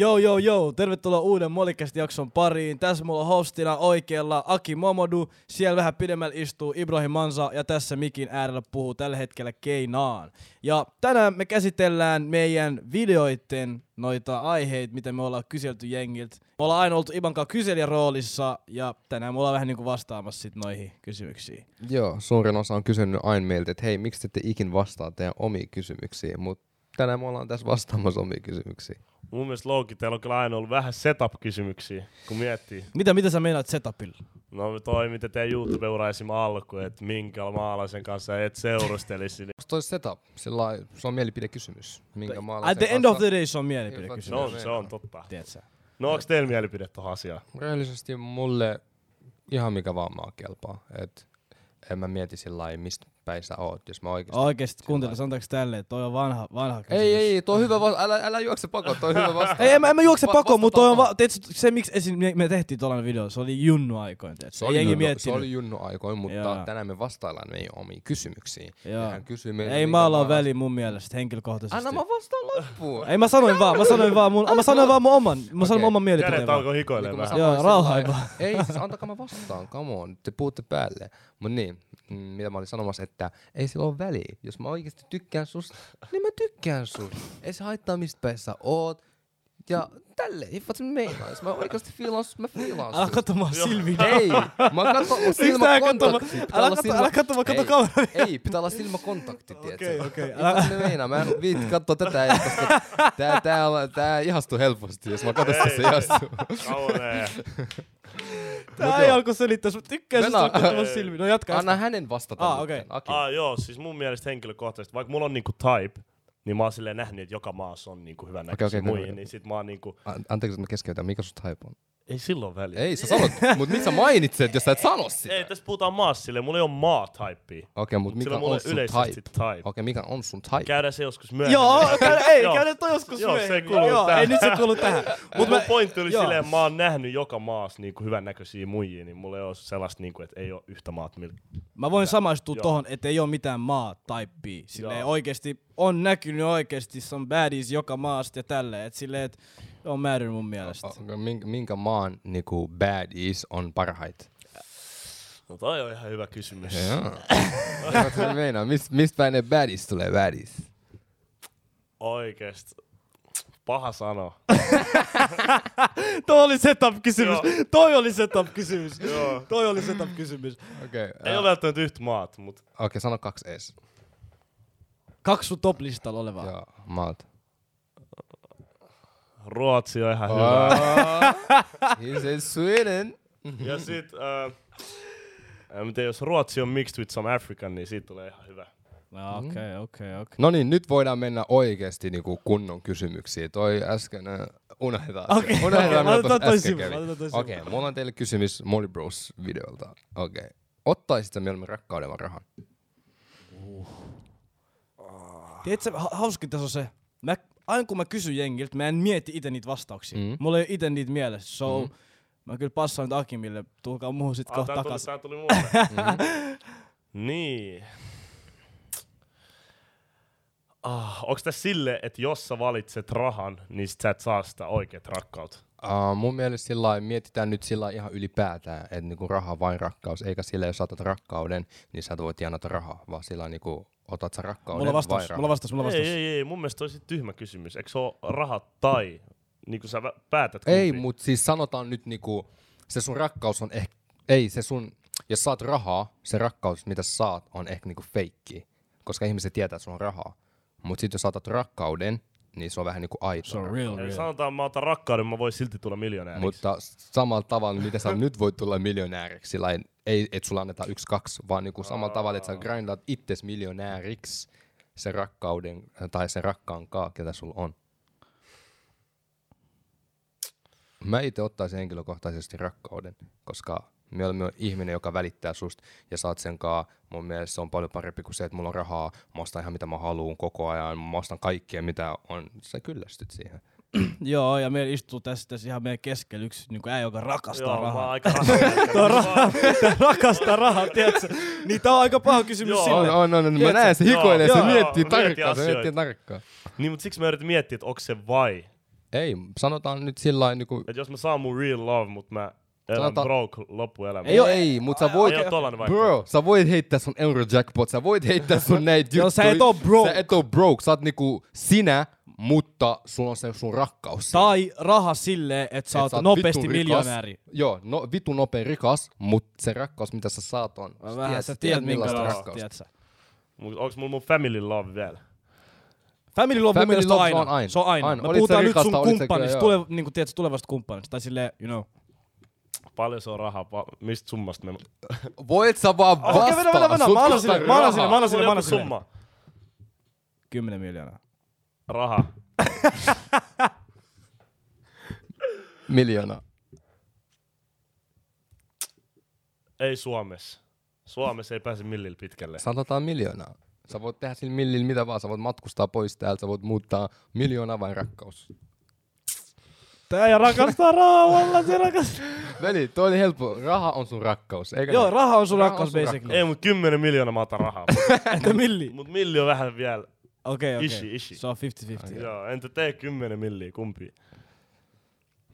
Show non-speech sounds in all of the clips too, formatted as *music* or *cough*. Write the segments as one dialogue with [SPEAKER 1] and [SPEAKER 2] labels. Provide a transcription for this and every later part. [SPEAKER 1] Joo, joo, joo. Tervetuloa uuden Molikästi jakson pariin. Tässä mulla on hostina oikealla Aki Momodu. Siellä vähän pidemmällä istuu Ibrahim Mansa ja tässä mikin äärellä puhuu tällä hetkellä Keinaan. Ja tänään me käsitellään meidän videoiden noita aiheita, mitä me ollaan kyselty jengiltä. Me ollaan aina oltu Ibankaa kyselijän roolissa ja tänään me ollaan vähän niinku vastaamassa sit noihin kysymyksiin.
[SPEAKER 2] Joo, suurin osa on kysynyt aina meiltä, että hei, miksi te ette ikin vastaa teidän omiin kysymyksiin, mutta tänään me ollaan tässä vastaamassa omiin kysymyksiin.
[SPEAKER 3] Mun mielestä Louki, teillä on kyllä aina ollut vähän setup-kysymyksiä, kun miettii.
[SPEAKER 1] Mitä, mitä sä meinaat setupilla?
[SPEAKER 3] No toi, mitä teidän YouTube-ura esim. alku, että minkä maalaisen kanssa et seurustelisi. Niin...
[SPEAKER 2] Onko toi setup? Sillä lailla- se on mielipidekysymys. Minkä maalaisen
[SPEAKER 1] At the end of
[SPEAKER 2] kanssa-
[SPEAKER 1] the day se on mielipidekysymys.
[SPEAKER 3] No, se on totta.
[SPEAKER 1] Tiedät sä?
[SPEAKER 3] No onks teillä mielipide tohon asiaan?
[SPEAKER 2] Rehellisesti mulle ihan mikä vaan maa kelpaa. Et en mä mieti sillä lailla, mistä päin sä oot, jos mä oikeesti...
[SPEAKER 1] Oikeesti kuuntele, sanotaanko tälleen, että toi on vanha, vanha kysymys.
[SPEAKER 2] Ei, ei, tuo on hyvä vasta- älä, älä juokse pakoon, toi on
[SPEAKER 1] *laughs*
[SPEAKER 2] hyvä vasta- tota-
[SPEAKER 1] Ei, en mä, en mä juokse
[SPEAKER 2] Va-
[SPEAKER 1] pakoon, mutta toi on
[SPEAKER 2] vastataan.
[SPEAKER 1] va- teet, se miksi esim, me, me tehtiin tuollainen video, se oli junnu aikoin, teet.
[SPEAKER 2] Se oli,
[SPEAKER 1] jengi
[SPEAKER 2] junnu, se
[SPEAKER 1] miettinyt.
[SPEAKER 2] oli junnu aikoin, mutta
[SPEAKER 1] Jaa.
[SPEAKER 2] tänään me vastaillaan meidän omiin kysymyksiin.
[SPEAKER 1] Jaa.
[SPEAKER 2] Ja hän kysyy meiltä,
[SPEAKER 1] Ei
[SPEAKER 2] minkä
[SPEAKER 1] maalla
[SPEAKER 2] maalaisen-
[SPEAKER 1] väli mun mielestä henkilökohtaisesti.
[SPEAKER 2] Anna mä vastaan loppuun.
[SPEAKER 1] Ei mä sanoin vaan, mä sanoin vaan mun, mä sanoin vaan mun oman, mä sanoin
[SPEAKER 2] Okei.
[SPEAKER 1] mun oman mielipiteen.
[SPEAKER 3] Kädet
[SPEAKER 1] vaan.
[SPEAKER 3] alkoi hikoilemaan
[SPEAKER 2] Niin kun mä sanoin
[SPEAKER 3] vähän.
[SPEAKER 1] Joo,
[SPEAKER 2] sillä
[SPEAKER 1] rauhaa
[SPEAKER 2] lailla-
[SPEAKER 1] vaan.
[SPEAKER 2] Ei, siis antakaa mä vastaan, come on, te puhutte päälle. Mut niin, mm, mitä mä olin sanomassa, että ei sillä ole väliä. Jos mä oikeasti tykkään susta, niin mä tykkään susta. Ei se haittaa mistä päin sä oot. Ja tälleen, if what's meinaa. Jos mä oikeasti fiilaan susta, mä fiilaan
[SPEAKER 1] Älä
[SPEAKER 2] susta.
[SPEAKER 1] katso mua silmiin.
[SPEAKER 2] Ei, mä katson mun
[SPEAKER 1] Miksi tää katsoo mua?
[SPEAKER 2] silmäkontakti. Pitää
[SPEAKER 1] Älä
[SPEAKER 2] olla
[SPEAKER 1] katso-
[SPEAKER 2] silmä-
[SPEAKER 1] älä katso mua, katso
[SPEAKER 2] Ei,
[SPEAKER 1] kameraa.
[SPEAKER 2] *laughs* Ei, pitää olla silmäkontakti,
[SPEAKER 1] Okei,
[SPEAKER 2] tiedätkö?
[SPEAKER 1] okei,
[SPEAKER 2] Älä... Mitä se meinaa? Mä en viitti katsoa tätä, edes, koska tää, tää, on- tää ihastuu helposti, jos mä katson sitä, se ihastuu.
[SPEAKER 3] Kauanee.
[SPEAKER 1] Tää ei alkoi selittää, mä tykkään
[SPEAKER 2] Mennään.
[SPEAKER 1] susta katsoa silmiin. No jatka.
[SPEAKER 2] Anna
[SPEAKER 1] jatka.
[SPEAKER 2] hänen vastata.
[SPEAKER 1] Aa,
[SPEAKER 2] nyt,
[SPEAKER 1] okei.
[SPEAKER 2] Aki.
[SPEAKER 3] Ah, joo, siis mun mielestä henkilökohtaisesti, vaikka mulla on niinku type, niin mä oon silleen nähnyt, että joka maassa on niinku hyvän näköisiä
[SPEAKER 2] Okei, okei,
[SPEAKER 3] okay, okay, muihin,
[SPEAKER 2] okei.
[SPEAKER 3] niin sit mä oon niinku,
[SPEAKER 2] An- Anteeksi, että mä keskeytän. Mikä sun type on?
[SPEAKER 3] ei silloin väliä.
[SPEAKER 2] Ei, sä sanot, mut miksi sä mainitset, jos sä et sano sitä?
[SPEAKER 3] ei tässä puhutaan maassa silleen, mulla ei oo maa typea.
[SPEAKER 2] Okei, mut mikä
[SPEAKER 3] Silloin mulla
[SPEAKER 2] on
[SPEAKER 3] on
[SPEAKER 2] sun
[SPEAKER 3] yleisesti
[SPEAKER 2] type?
[SPEAKER 3] type. type.
[SPEAKER 2] Okei, mikä on sun type?
[SPEAKER 3] Käydään se joskus myöhemmin.
[SPEAKER 1] Joo, käydä, ei,
[SPEAKER 3] Joo.
[SPEAKER 1] käydä toi joskus
[SPEAKER 3] Joo, se ei
[SPEAKER 1] myöhemmin.
[SPEAKER 3] kuulu
[SPEAKER 1] Joo,
[SPEAKER 3] tähän.
[SPEAKER 1] ei nyt se kuulu tähän.
[SPEAKER 3] Mut
[SPEAKER 1] Mut
[SPEAKER 3] mun
[SPEAKER 1] mä-
[SPEAKER 3] pointti oli
[SPEAKER 1] joo.
[SPEAKER 3] silleen, mä oon nähnyt joka maassa niinku hyvän näköisiä muijia, niin mulla ei oo sellaista, niinku, että ei oo yhtä maat millä.
[SPEAKER 1] Mä voin samaistua
[SPEAKER 3] Joo.
[SPEAKER 1] tohon, että ei ole mitään maa taippia. Silleen
[SPEAKER 3] Joo.
[SPEAKER 1] oikeesti on näkynyt oikeesti, se on baddies joka maasta ja tälleen. Et silleen, et on määrin mun mielestä.
[SPEAKER 2] Okei, mink- Minkä maan niinku baddies on parhait?
[SPEAKER 3] No toi on ihan hyvä kysymys.
[SPEAKER 2] Joo, se *laughs* meinaa. Mist- Mistä päin ne baddies tulee baddies?
[SPEAKER 3] Oikeesti. Paha
[SPEAKER 1] *laughs*
[SPEAKER 3] sano.
[SPEAKER 1] *laughs* Toi oli setup-kysymys.
[SPEAKER 3] Joo.
[SPEAKER 1] Toi oli setup-kysymys. Toi oli setup-kysymys.
[SPEAKER 2] Okei,
[SPEAKER 3] Ei
[SPEAKER 2] ää,
[SPEAKER 3] ole välttämättä yhtä maat, mut
[SPEAKER 2] okei, sano kaksi ees.
[SPEAKER 1] Kaksi sun top-listalla olevaa.
[SPEAKER 2] Joo, maat.
[SPEAKER 3] Ruotsi on ihan hyvä.
[SPEAKER 2] Ah, He said Sweden.
[SPEAKER 3] Ja sit, äh, en mä tiedä, jos Ruotsi on mixed with some African, niin siitä tulee ihan hyvä.
[SPEAKER 1] No, Okei, okei, okei.
[SPEAKER 2] No niin, nyt voidaan mennä oikeasti niinku kunnon kysymyksiin. Toi äsken äh, unohdetaan.
[SPEAKER 1] Okei,
[SPEAKER 2] se.
[SPEAKER 1] okei,
[SPEAKER 2] unohdetaan mitä
[SPEAKER 1] laitetaan
[SPEAKER 2] tossa
[SPEAKER 1] toi
[SPEAKER 2] äsken
[SPEAKER 1] sivuun,
[SPEAKER 2] kävi.
[SPEAKER 1] laitetaan toi
[SPEAKER 2] Okei, okay, mulla on teille kysymys Molly Bros videolta. Okei. Okay. Ottaisitte mieluummin rakkauden vai rahan?
[SPEAKER 1] Tiedätkö, ha- hauskin tässä on se. Mä, aina kun mä kysyn jengiltä, mä en mieti itse niitä vastauksia.
[SPEAKER 2] Mm.
[SPEAKER 1] Mulla ei ole itse niitä mielessä. So, mä kyllä passaan nyt Akimille. Tulkaa muuhun sit
[SPEAKER 3] Ah,
[SPEAKER 1] kohta
[SPEAKER 3] tää tuli,
[SPEAKER 1] takas.
[SPEAKER 3] tää
[SPEAKER 1] *laughs*
[SPEAKER 3] tuli mulle. Mm-hmm. niin. Ah, onks tässä sille, että jos sä valitset rahan, niin sit sä et saa sitä oikeet rakkautta?
[SPEAKER 2] Uh, mun mielestä sillä lailla mietitään nyt sillä lailla ihan ylipäätään, että niinku raha on vain rakkaus, eikä sillä jos sä otat rakkauden, niin sä et voi tienata rahaa, vaan sillä lailla niinku, otat sä rakkauden
[SPEAKER 1] Mulla vastaus,
[SPEAKER 2] vai rahan.
[SPEAKER 1] mulla vastaus, mulla
[SPEAKER 3] Ei,
[SPEAKER 1] vastaus.
[SPEAKER 3] ei, ei, mun mielestä olisi tyhmä kysymys. Eikö se oo rahat tai, niin kun sä vä- päätät
[SPEAKER 2] Ei,
[SPEAKER 3] kumpi?
[SPEAKER 2] mutta siis sanotaan nyt niinku, se sun rakkaus on ehkä, ei se sun, jos saat rahaa, se rakkaus, mitä sä saat, on ehkä niinku feikki, koska ihmiset tietää, että sulla on rahaa. Mutta sitten jos saatat rakkauden, niin se on vähän niinku aito.
[SPEAKER 1] Se on real,
[SPEAKER 3] Eli
[SPEAKER 1] real.
[SPEAKER 3] sanotaan, mä otan rakkauden, mä voin silti tulla miljonääriksi.
[SPEAKER 2] Mutta samalla tavalla, mitä sä nyt voit tulla miljonääriksi, sillä lailla, ei, että sulla annetaan yksi, kaksi, vaan niinku samalla tavalla, että sä grindat itses miljonääriksi sen rakkauden tai sen rakkaan kaa, ketä sulla on. Mä itse ottaisin henkilökohtaisesti rakkauden, koska me olemme ihminen, joka välittää susta ja saat sen kaa. Mun mielestä se on paljon parempi kuin se, että mulla on rahaa, mä ostan ihan mitä mä haluan koko ajan, mä ostan kaikkea mitä on. Sä kyllästyt siihen.
[SPEAKER 1] Joo, ja meillä istuu tässä, tässä ihan meidän keskellä yksi niin äijä, joka rakastaa
[SPEAKER 3] Joo, mä oon
[SPEAKER 1] rahaa. *laughs*
[SPEAKER 3] aika rahaa.
[SPEAKER 1] Tuo rahaa, rakastaa rahaa, tiedätkö? Niin tää on aika
[SPEAKER 3] *laughs*
[SPEAKER 1] paha kysymys
[SPEAKER 3] Joo.
[SPEAKER 1] sille.
[SPEAKER 2] On, on, on. Mä näen, se
[SPEAKER 3] Joo,
[SPEAKER 2] hikoilee, se
[SPEAKER 3] joo,
[SPEAKER 2] miettii
[SPEAKER 3] joo, miettii
[SPEAKER 2] tarkkaan, se
[SPEAKER 3] asioita.
[SPEAKER 2] miettii tarkkaan.
[SPEAKER 3] Niin, mutta siksi mä yritin miettiä, että onko se vai.
[SPEAKER 2] Ei, sanotaan nyt sillä lailla, niin kuin,
[SPEAKER 3] Et jos mä saan mun real love, mut mä elän
[SPEAKER 2] Sanotaan-
[SPEAKER 3] broke loppuelämä.
[SPEAKER 2] ei, oo, ei, mutta sä voit,
[SPEAKER 3] Ei oo tollanen vaihtoehto.
[SPEAKER 2] bro, sä voit heittää sun eurojackpot, sä voit heittää
[SPEAKER 1] *laughs*
[SPEAKER 2] sun näitä
[SPEAKER 1] Joo, sä et oo broke.
[SPEAKER 2] Sä et oo broke, sä oot niinku sinä, mutta sulla on se sun rakkaus.
[SPEAKER 1] Tai raha silleen, että sä
[SPEAKER 2] Et
[SPEAKER 1] oot
[SPEAKER 2] vitun
[SPEAKER 1] nopeasti
[SPEAKER 2] rikas.
[SPEAKER 1] miljonääri.
[SPEAKER 2] Joo, no, vitu nopea rikas, mutta se rakkaus, mitä sä saat on.
[SPEAKER 1] Vähän sä tiedät, minkälaista rakkautta, sä.
[SPEAKER 3] Mut onks mulla mun family love vielä?
[SPEAKER 1] Family love mun
[SPEAKER 2] Family
[SPEAKER 1] mielestä on aina.
[SPEAKER 2] love se on aina.
[SPEAKER 1] Se on aina.
[SPEAKER 2] Aina.
[SPEAKER 1] Me
[SPEAKER 2] Olit sä
[SPEAKER 1] puhutaan nyt
[SPEAKER 2] rikas
[SPEAKER 1] sun
[SPEAKER 2] tai olit sä
[SPEAKER 1] kumppanista,
[SPEAKER 2] kyllä,
[SPEAKER 1] tule, niinku, tiedät, sä, tulevasta kumppanista. Tai silleen, you know.
[SPEAKER 3] Paljon se on rahaa? Pa- mistä summasta me...
[SPEAKER 2] Voit sä vaan
[SPEAKER 1] Okei,
[SPEAKER 2] vastaa.
[SPEAKER 1] mennä, mennä, mennä.
[SPEAKER 2] sut
[SPEAKER 1] Mä annan
[SPEAKER 2] pitää
[SPEAKER 1] sille, mä annan
[SPEAKER 2] rahaa.
[SPEAKER 1] sille, mä annan sille,
[SPEAKER 3] Mulla
[SPEAKER 1] mä annan
[SPEAKER 3] on joku
[SPEAKER 1] sille.
[SPEAKER 3] summa.
[SPEAKER 1] 10 miljoonaa.
[SPEAKER 3] Raha.
[SPEAKER 2] Miljoona.
[SPEAKER 3] Ei Suomessa. Suomessa ei pääse millillä pitkälle.
[SPEAKER 2] Sanotaan miljoonaa. Sä voit tehdä sillä millillä mitä vaan. Sä voit matkustaa pois täältä, sä voit muuttaa miljoonaa vain rakkaus.
[SPEAKER 1] Tää ja rakastaa rahaa, valla se rakastaa.
[SPEAKER 2] Veli, toi oli helppo. Raha on sun rakkaus, eikö
[SPEAKER 1] Joo,
[SPEAKER 2] niin?
[SPEAKER 1] raha on sun
[SPEAKER 2] Raha on
[SPEAKER 1] rakkaus
[SPEAKER 2] sun
[SPEAKER 1] basically.
[SPEAKER 3] Ei mut 10 miljoonaa mä otan
[SPEAKER 1] *laughs*
[SPEAKER 3] rahaa.
[SPEAKER 1] Entä milli?
[SPEAKER 3] mut milli on vähän vielä.
[SPEAKER 1] Okei,
[SPEAKER 3] Ishi,
[SPEAKER 1] okei.
[SPEAKER 3] ishi.
[SPEAKER 1] Se on 50-50.
[SPEAKER 3] Joo, entä tee 10 milliä kumpi?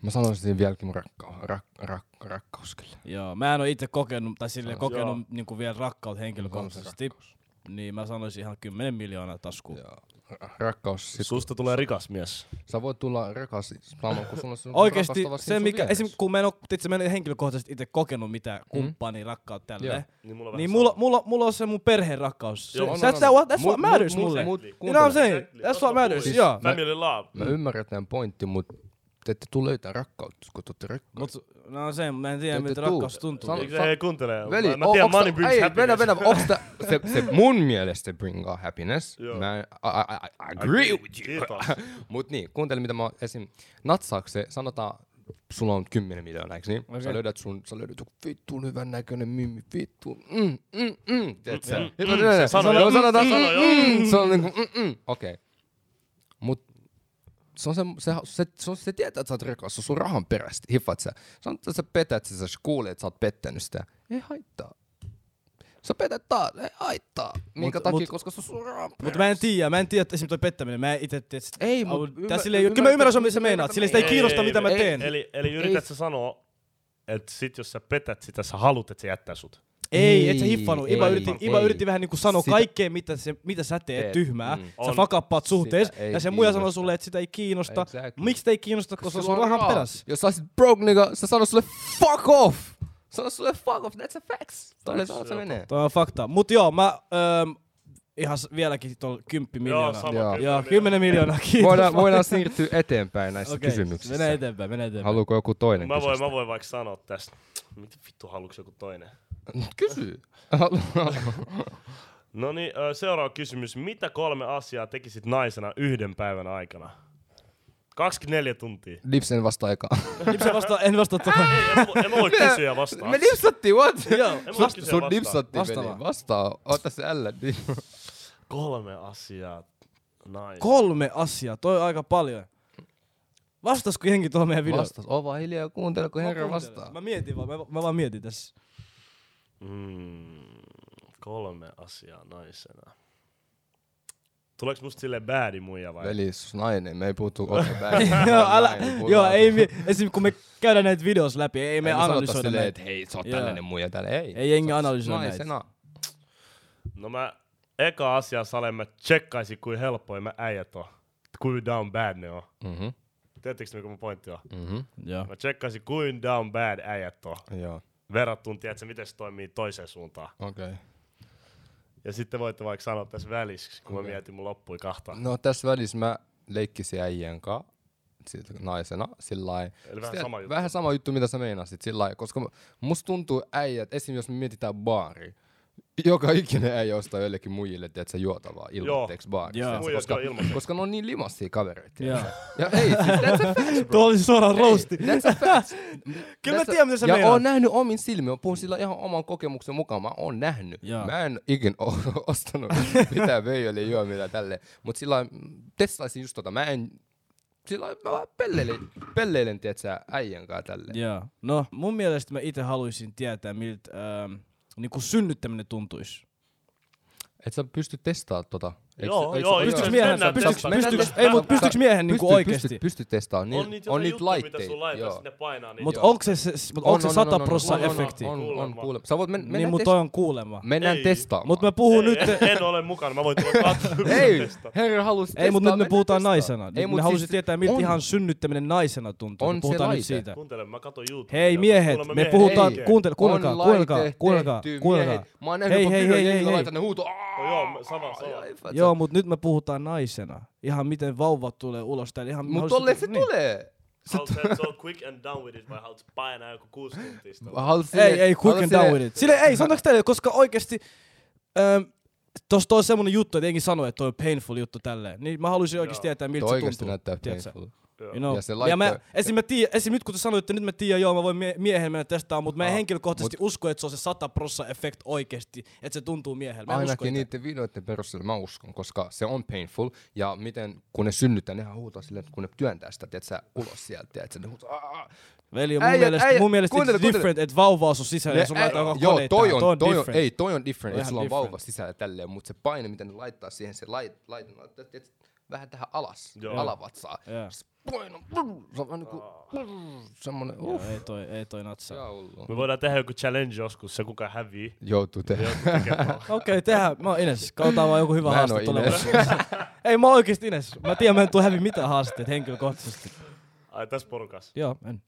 [SPEAKER 2] Mä sanoisin vieläkin mun rakkaus, rak, rak, rakkaus kyllä.
[SPEAKER 1] Joo, mä en ole itse kokenut, tai silleen
[SPEAKER 2] Joo.
[SPEAKER 1] kokenut niinku vielä rakkautta henkilökohtaisesti.
[SPEAKER 2] On se
[SPEAKER 1] Niin mä sanoisin ihan 10 miljoonaa taskuun.
[SPEAKER 2] Joo. Ra- Rakkaus. Sit,
[SPEAKER 3] Susta tulee rikas mies.
[SPEAKER 2] sä voit tulla rakas samoin kun sulla on sun
[SPEAKER 1] Oikeesti
[SPEAKER 2] rakastava
[SPEAKER 1] se,
[SPEAKER 2] siinä sun
[SPEAKER 1] mikä,
[SPEAKER 2] vieressä.
[SPEAKER 1] esim, kun mä en, oo, itse, mä en ole henkilökohtaisesti itse kokenut mitään
[SPEAKER 2] Mm-hmm.
[SPEAKER 1] kumppania, rakkautta tälleen.
[SPEAKER 3] Niin mulla on
[SPEAKER 1] Niin
[SPEAKER 3] vähän
[SPEAKER 1] mulla,
[SPEAKER 3] sama.
[SPEAKER 1] mulla, mulla on se mun perheen rakkaus.
[SPEAKER 3] Joo,
[SPEAKER 1] Se-
[SPEAKER 3] on,
[SPEAKER 1] that's,
[SPEAKER 2] on, on.
[SPEAKER 1] what, that's
[SPEAKER 2] Mut-
[SPEAKER 1] what matters
[SPEAKER 2] mut-
[SPEAKER 1] mulle.
[SPEAKER 2] mut-
[SPEAKER 1] you know what I'm
[SPEAKER 2] kuuntele.
[SPEAKER 1] saying? That's what matters, joo.
[SPEAKER 3] Family love.
[SPEAKER 2] Mä ymmärrän tämän pointin, mutta te ette tule löytää rakkautta, kun te olette rakkautta.
[SPEAKER 1] Mut no se, mä en tiedä
[SPEAKER 2] Ette
[SPEAKER 1] miltä
[SPEAKER 2] tuu.
[SPEAKER 1] rakkaus tuntuu.
[SPEAKER 2] Sano-
[SPEAKER 3] Eikö se hei kuuntele?
[SPEAKER 2] Veli,
[SPEAKER 3] No, mä, mä
[SPEAKER 2] o-
[SPEAKER 3] tiedän
[SPEAKER 2] onks tää-
[SPEAKER 3] money brings
[SPEAKER 2] ei,
[SPEAKER 3] happiness.
[SPEAKER 2] Venä, venä, onks tää, se, se mun mielestä se bring out happiness.
[SPEAKER 3] Joo.
[SPEAKER 2] Mä, I, I, I, agree with you.
[SPEAKER 3] Kiitos.
[SPEAKER 2] Mut niin, kuuntele mitä mä oon esim. Natsaakse, sanotaan, sulla on 10 miljoonaa, eiks niin? Sä
[SPEAKER 1] Okei.
[SPEAKER 2] löydät sun, sä löydät joku vittuun hyvän näköinen mimmi, vittu, mm, mm, mm, tiedät sä?
[SPEAKER 3] Mm, mm,
[SPEAKER 2] Hyvän
[SPEAKER 3] mm,
[SPEAKER 2] näköinen.
[SPEAKER 3] se sanoi
[SPEAKER 2] Joo,
[SPEAKER 3] jo, mm,
[SPEAKER 2] sanotaan,
[SPEAKER 3] mm, sanoi jo.
[SPEAKER 2] mm, mm, se on niinku, mm, mm, okei. Mut se on se, se, se, se, on, se tietää, että sä oot rikas, se on sun rahan perästä, hiffaat sä. Sanoit, että sä petät, sä, sä kuulee, että sä oot pettänyt sitä. Ei haittaa. Sä petät taas, ei haittaa. Minkä
[SPEAKER 1] Mut-
[SPEAKER 2] mut, takia,
[SPEAKER 1] mut-
[SPEAKER 2] mut, koska se on sun rahan
[SPEAKER 1] Mut
[SPEAKER 2] perästä.
[SPEAKER 1] mä en tiedä, mä en tiedä, että esimerkiksi toi pettäminen, mä en itse tiedä.
[SPEAKER 2] Ei, mut
[SPEAKER 1] mut... Tää
[SPEAKER 2] ymmär-
[SPEAKER 1] silleen, kyllä mä ymmärrän sen, mitä sä
[SPEAKER 2] ymmärrän,
[SPEAKER 1] meinaat.
[SPEAKER 2] mitä
[SPEAKER 1] Silleen sitä ei
[SPEAKER 2] meinaat.
[SPEAKER 1] kiinnosta, mitä mä
[SPEAKER 2] ei,
[SPEAKER 1] teen.
[SPEAKER 3] Eli, eli yrität sä sanoa, että sit jos sä petät sitä, sä haluat, että se jättää sut.
[SPEAKER 1] Ei, et sä
[SPEAKER 2] Ei,
[SPEAKER 1] hiffannut.
[SPEAKER 2] Niin, ei,
[SPEAKER 1] Iba, yritti, Iba
[SPEAKER 2] ei.
[SPEAKER 1] yritti vähän niinku sanoa
[SPEAKER 2] Sitä-
[SPEAKER 1] kaikkea, mitä, se, mitä sä teet,
[SPEAKER 2] Teet,
[SPEAKER 1] tyhmää.
[SPEAKER 2] mm.
[SPEAKER 1] Sä
[SPEAKER 3] On.
[SPEAKER 1] fakappaat suhteessa,
[SPEAKER 2] Sitä ei
[SPEAKER 1] ja se muija sanoo
[SPEAKER 2] kiinnosta.
[SPEAKER 1] sulle, että sitä ei kiinnosta.
[SPEAKER 2] Exactly.
[SPEAKER 1] Miksi sitä ei kiinnosta, koska se on sun rahan perässä?
[SPEAKER 2] Jos sä olisit broke, nigga, se sanoo sulle fuck off. Sano sulle fuck off, that's a facts. Tolle
[SPEAKER 3] Facts,
[SPEAKER 2] sanoo, se
[SPEAKER 3] joo.
[SPEAKER 2] menee.
[SPEAKER 1] Toi on fakta. Mut joo, mä öm, ihan s- vieläkin tuolla 10
[SPEAKER 3] Joo,
[SPEAKER 1] miljoonaa.
[SPEAKER 3] sama.
[SPEAKER 2] Joo.
[SPEAKER 3] kyllä.
[SPEAKER 1] Joo, 10 miljoonaa, kiitos.
[SPEAKER 2] Voidaan, voidaan siirtyä eteenpäin näissä
[SPEAKER 1] Okei,
[SPEAKER 2] okay, kysymyksissä.
[SPEAKER 1] Mennään eteenpäin, mennään eteenpäin.
[SPEAKER 2] Haluuko joku toinen
[SPEAKER 3] Mä voin,
[SPEAKER 2] kysyä?
[SPEAKER 3] mä voin vaikka sanoa tästä. Mitä vittu haluuks joku toinen?
[SPEAKER 1] *laughs*
[SPEAKER 2] Kysy. *laughs*
[SPEAKER 3] No niin, ö, seuraava kysymys. Mitä kolme asiaa tekisit naisena yhden päivän aikana? 24 tuntia.
[SPEAKER 2] Lipsen
[SPEAKER 1] *laughs*
[SPEAKER 2] vasta aikaa.
[SPEAKER 1] Lipsa vastaa, en vastaa tuohon.
[SPEAKER 3] *laughs* En, mu- en mä voi kysyä vastaan.
[SPEAKER 2] Me lipsattiin, what? Joo.
[SPEAKER 3] En mä voi
[SPEAKER 2] Sun,
[SPEAKER 3] kysyä
[SPEAKER 2] sun
[SPEAKER 3] vastaan.
[SPEAKER 2] lipsattiin,
[SPEAKER 1] Vastaa
[SPEAKER 2] veli.
[SPEAKER 1] vaan.
[SPEAKER 2] Vastaa. Ota se L. *laughs* niin.
[SPEAKER 3] Kolme asiaa naisena.
[SPEAKER 1] Kolme asiaa, toi on aika paljon. Vastasko jengi tuohon meidän videoon?
[SPEAKER 2] Vastas. Oo vaan hiljaa ja kuuntele, kun herra vastaa.
[SPEAKER 1] Mä mietin vaan, mä, mä vaan mietin tässä.
[SPEAKER 3] Mm, kolme asiaa naisena. Tuleeko musta sille bäädi muija vai?
[SPEAKER 2] Veli, sus nainen. Me ei
[SPEAKER 1] *laughs*
[SPEAKER 2] puhuttu kohta
[SPEAKER 1] joo, älä,
[SPEAKER 2] niin
[SPEAKER 1] joo, ei me, esim. kun me käydään näitä videos läpi, ei me analysoida
[SPEAKER 2] silleen,
[SPEAKER 1] näitä.
[SPEAKER 2] että hei, sä oot
[SPEAKER 1] Joo.
[SPEAKER 2] tällainen muija täällä. Ei.
[SPEAKER 1] Ei jengi
[SPEAKER 2] Sä oot
[SPEAKER 1] analysoi näitä.
[SPEAKER 2] naisena.
[SPEAKER 3] No mä, eka asia sale mä tsekkaisin kuin helppoja mä äijät on. Kuin down bad ne on.
[SPEAKER 1] Mm-hmm.
[SPEAKER 2] Mhm,
[SPEAKER 3] Tiedättekö mikä mun pointti on?
[SPEAKER 1] Mm.
[SPEAKER 2] mhm.
[SPEAKER 1] Joo.
[SPEAKER 3] Mä tsekkaisin kuin down bad äijät on.
[SPEAKER 2] Joo,
[SPEAKER 3] Verrattuna, tiedätkö, miten se toimii toiseen suuntaan.
[SPEAKER 2] okei.
[SPEAKER 3] Ja sitten voitte vaikka sanoa tässä välissä, kun mä mietin mun loppui kahta.
[SPEAKER 2] No tässä välissä mä leikkisin äijien kanssa sit- naisena, sillä lailla-
[SPEAKER 3] Eli vähän
[SPEAKER 2] Tiedät,
[SPEAKER 3] sama juttu.
[SPEAKER 2] Vähän sama juttu, mitä sä meinasit, sillä lailla, koska mä- musta tuntuu äijät, esim. jos me mietitään baari, joka ikinen äijä ostaa jollekin muijille, että sä juotavaa ilmatteeksi baarissa.
[SPEAKER 1] Joo.
[SPEAKER 2] tiedät sä,
[SPEAKER 3] Muijat
[SPEAKER 2] Koska,
[SPEAKER 3] on ilmaiseksi.
[SPEAKER 2] koska ne on niin limassia kavereita. tiedät
[SPEAKER 1] Joo.
[SPEAKER 2] sä. Ja ei, siis that's
[SPEAKER 1] *laughs*
[SPEAKER 2] a fact, bro.
[SPEAKER 1] Tuo oli suoraan roasti.
[SPEAKER 2] That's a
[SPEAKER 1] *laughs*
[SPEAKER 2] fact.
[SPEAKER 1] Kyllä mä
[SPEAKER 2] That's a-
[SPEAKER 1] tiedän, mitä sä
[SPEAKER 2] Ja
[SPEAKER 1] meinaat.
[SPEAKER 2] oon nähnyt omin silmin, mä puhun sillä ihan oman kokemuksen mukaan, mä oon nähnyt.
[SPEAKER 1] Joo.
[SPEAKER 2] Mä en ikin oo *laughs* ostanut mitään veijölle juo mitä tälle. Mut sillä mm, testaisin just tota, mä en sillä lailla mä vaan pelleilen, pelleilen tietsä, äijän kanssa tälle.
[SPEAKER 1] Joo. No, mun mielestä mä itse haluaisin tietää, miltä ähm, niinku synnyttäminen tuntuisi.
[SPEAKER 2] Et sä pysty testaa tota.
[SPEAKER 3] Joo, joo, itse
[SPEAKER 1] Pystyks
[SPEAKER 3] asiassa
[SPEAKER 1] miehen,
[SPEAKER 3] mennään
[SPEAKER 1] pystyks,
[SPEAKER 3] testaan.
[SPEAKER 1] pystyks,
[SPEAKER 3] Mennään
[SPEAKER 1] ei mut
[SPEAKER 3] testaan.
[SPEAKER 1] pystyks miehen niinku
[SPEAKER 2] Pysty,
[SPEAKER 1] oikeesti?
[SPEAKER 2] pysty testaamaan. Niin,
[SPEAKER 3] On niitä jotain
[SPEAKER 2] niitä
[SPEAKER 3] juttuja, mitä
[SPEAKER 2] laitteita.
[SPEAKER 3] sun laitat,
[SPEAKER 2] joo.
[SPEAKER 3] sinne painaa. Niin
[SPEAKER 1] Mut
[SPEAKER 3] joo.
[SPEAKER 1] onks se, se, mut onks se
[SPEAKER 2] On, on, on, on,
[SPEAKER 1] 100
[SPEAKER 2] on,
[SPEAKER 1] prossaa
[SPEAKER 2] on, Mm. on,
[SPEAKER 1] efekti?
[SPEAKER 2] On, on, on
[SPEAKER 3] Kuulemma.
[SPEAKER 2] kuulemma. Sä voit men,
[SPEAKER 1] Niin
[SPEAKER 2] mennä,
[SPEAKER 1] mut
[SPEAKER 2] test-
[SPEAKER 1] toi on kuulemma.
[SPEAKER 2] mennään
[SPEAKER 3] Ei.
[SPEAKER 2] testaamaan.
[SPEAKER 1] Mut me puhun nyt...
[SPEAKER 3] En, en ole mukana, mä
[SPEAKER 1] *laughs*
[SPEAKER 3] voin tulla katsomaan.
[SPEAKER 2] Ei,
[SPEAKER 3] testaa.
[SPEAKER 2] herra halusi
[SPEAKER 1] Ei, mutta nyt me puhutaan naisena.
[SPEAKER 2] Ei,
[SPEAKER 1] Nyt
[SPEAKER 2] mut siis
[SPEAKER 1] me halusin tietää, miltä
[SPEAKER 2] on-
[SPEAKER 1] ihan synnyttäminen naisena tuntuu.
[SPEAKER 2] on
[SPEAKER 1] Me
[SPEAKER 2] se
[SPEAKER 1] puhutaan nyt
[SPEAKER 2] laite.
[SPEAKER 1] siitä.
[SPEAKER 3] Kuuntele, mä katon YouTubea.
[SPEAKER 1] Hei miehet, me
[SPEAKER 3] Kuulemma miehet
[SPEAKER 1] puhutaan,
[SPEAKER 3] tekee.
[SPEAKER 1] kuuntele, kuunnelkaa,
[SPEAKER 2] on
[SPEAKER 1] kuunnelkaa,
[SPEAKER 2] laite
[SPEAKER 1] kuunnelkaa,
[SPEAKER 2] tehty,
[SPEAKER 1] kuunnelkaa.
[SPEAKER 2] miehet. Mä oon nähnyt
[SPEAKER 1] Hei,
[SPEAKER 2] jopa
[SPEAKER 1] hei,
[SPEAKER 2] videon,
[SPEAKER 1] hei,
[SPEAKER 2] jengi
[SPEAKER 1] hei,
[SPEAKER 2] laitan ne huuto.
[SPEAKER 3] No joo, mä- sama, sama.
[SPEAKER 1] Joo, mutta nyt me puhutaan naisena. Ihan miten vauvat tulee ulos täällä. Ihan
[SPEAKER 2] Mut
[SPEAKER 1] haluaisin-
[SPEAKER 2] tolleen se
[SPEAKER 1] niin.
[SPEAKER 2] tulee.
[SPEAKER 3] Haluatko sä, että se on quick and down with it vai haluatko painaa joku kuusi tuntia sitä?
[SPEAKER 2] Halusin,
[SPEAKER 1] Ei, ei, quick and down with it. Sille ei, sanotaanko teille, koska oikeesti... Ähm, Tuossa toi on semmonen juttu, että jenkin sanoi, että toi on painful juttu tälleen. Niin mä haluaisin oikeesti
[SPEAKER 3] Joo.
[SPEAKER 1] tietää,
[SPEAKER 2] Toi
[SPEAKER 1] miltä se
[SPEAKER 2] oikeesti
[SPEAKER 1] tuntuu.
[SPEAKER 2] näyttää
[SPEAKER 1] tiedätkö?
[SPEAKER 2] painful.
[SPEAKER 1] You know.
[SPEAKER 2] Ja se
[SPEAKER 1] ja mä,
[SPEAKER 2] laittaa-
[SPEAKER 1] esim, mä tiiä, esim, nyt kun te sanoitte, nyt mä tiedän, joo, mä voin mie- miehen mennä testaamaan, mutta mä en
[SPEAKER 2] Aa,
[SPEAKER 1] henkilökohtaisesti usko, että se on se 100 prossa effekt oikeesti, että se tuntuu miehelle. Mä en usko
[SPEAKER 2] Ainakin
[SPEAKER 1] niitä.
[SPEAKER 2] niiden videoiden perusteella mä uskon, koska se on painful. Ja miten, kun ne synnyttää, nehän huutaa silleen, että kun ne työntää sitä, tiedätkö, ulos sieltä, tiedätkö, ne huutaa. "Aa, aa."
[SPEAKER 1] Veli, mun
[SPEAKER 2] Äijät,
[SPEAKER 1] mielestä,
[SPEAKER 2] äijät,
[SPEAKER 1] mun mielestä
[SPEAKER 2] kuuntele,
[SPEAKER 1] it's different, että vauva asuu sisällä ja sun
[SPEAKER 2] Ne-
[SPEAKER 1] laitetaan
[SPEAKER 2] ä-
[SPEAKER 1] joka
[SPEAKER 2] Joo,
[SPEAKER 1] kone
[SPEAKER 2] toi
[SPEAKER 1] tähän.
[SPEAKER 2] on, toi on,
[SPEAKER 1] different.
[SPEAKER 2] ei, toi on different,
[SPEAKER 1] Vähän
[SPEAKER 2] että sulla on
[SPEAKER 1] different.
[SPEAKER 2] vauva sisällä tälleen, mutta se paine, miten ne laittaa siihen, se lait, laitan, laittaa, tiedätkö, vähän tähän alas,
[SPEAKER 3] Joo.
[SPEAKER 2] alavatsaa.
[SPEAKER 1] Joo.
[SPEAKER 2] Se paino, brr, se on vähän niinku, brr, semmonen,
[SPEAKER 1] Joo,
[SPEAKER 2] uff,
[SPEAKER 1] ei toi, ei toi natsaa.
[SPEAKER 2] jaulu.
[SPEAKER 3] Me voidaan tehdä joku challenge joskus, se kuka hävii.
[SPEAKER 2] Joutuu tehdä. *laughs*
[SPEAKER 1] Okei, tehdään. Mä oon Ines. Kautaan vaan joku hyvä
[SPEAKER 2] Mä en
[SPEAKER 1] haaste
[SPEAKER 2] oo Ines.
[SPEAKER 1] tulevaisuudessa. *laughs* ei, mä oon oikeesti Ines. Mä tiedän, mä en tuu häviä mitään haasteita henkilökohtaisesti.
[SPEAKER 3] Ai tässä porukas.
[SPEAKER 1] Joo, en.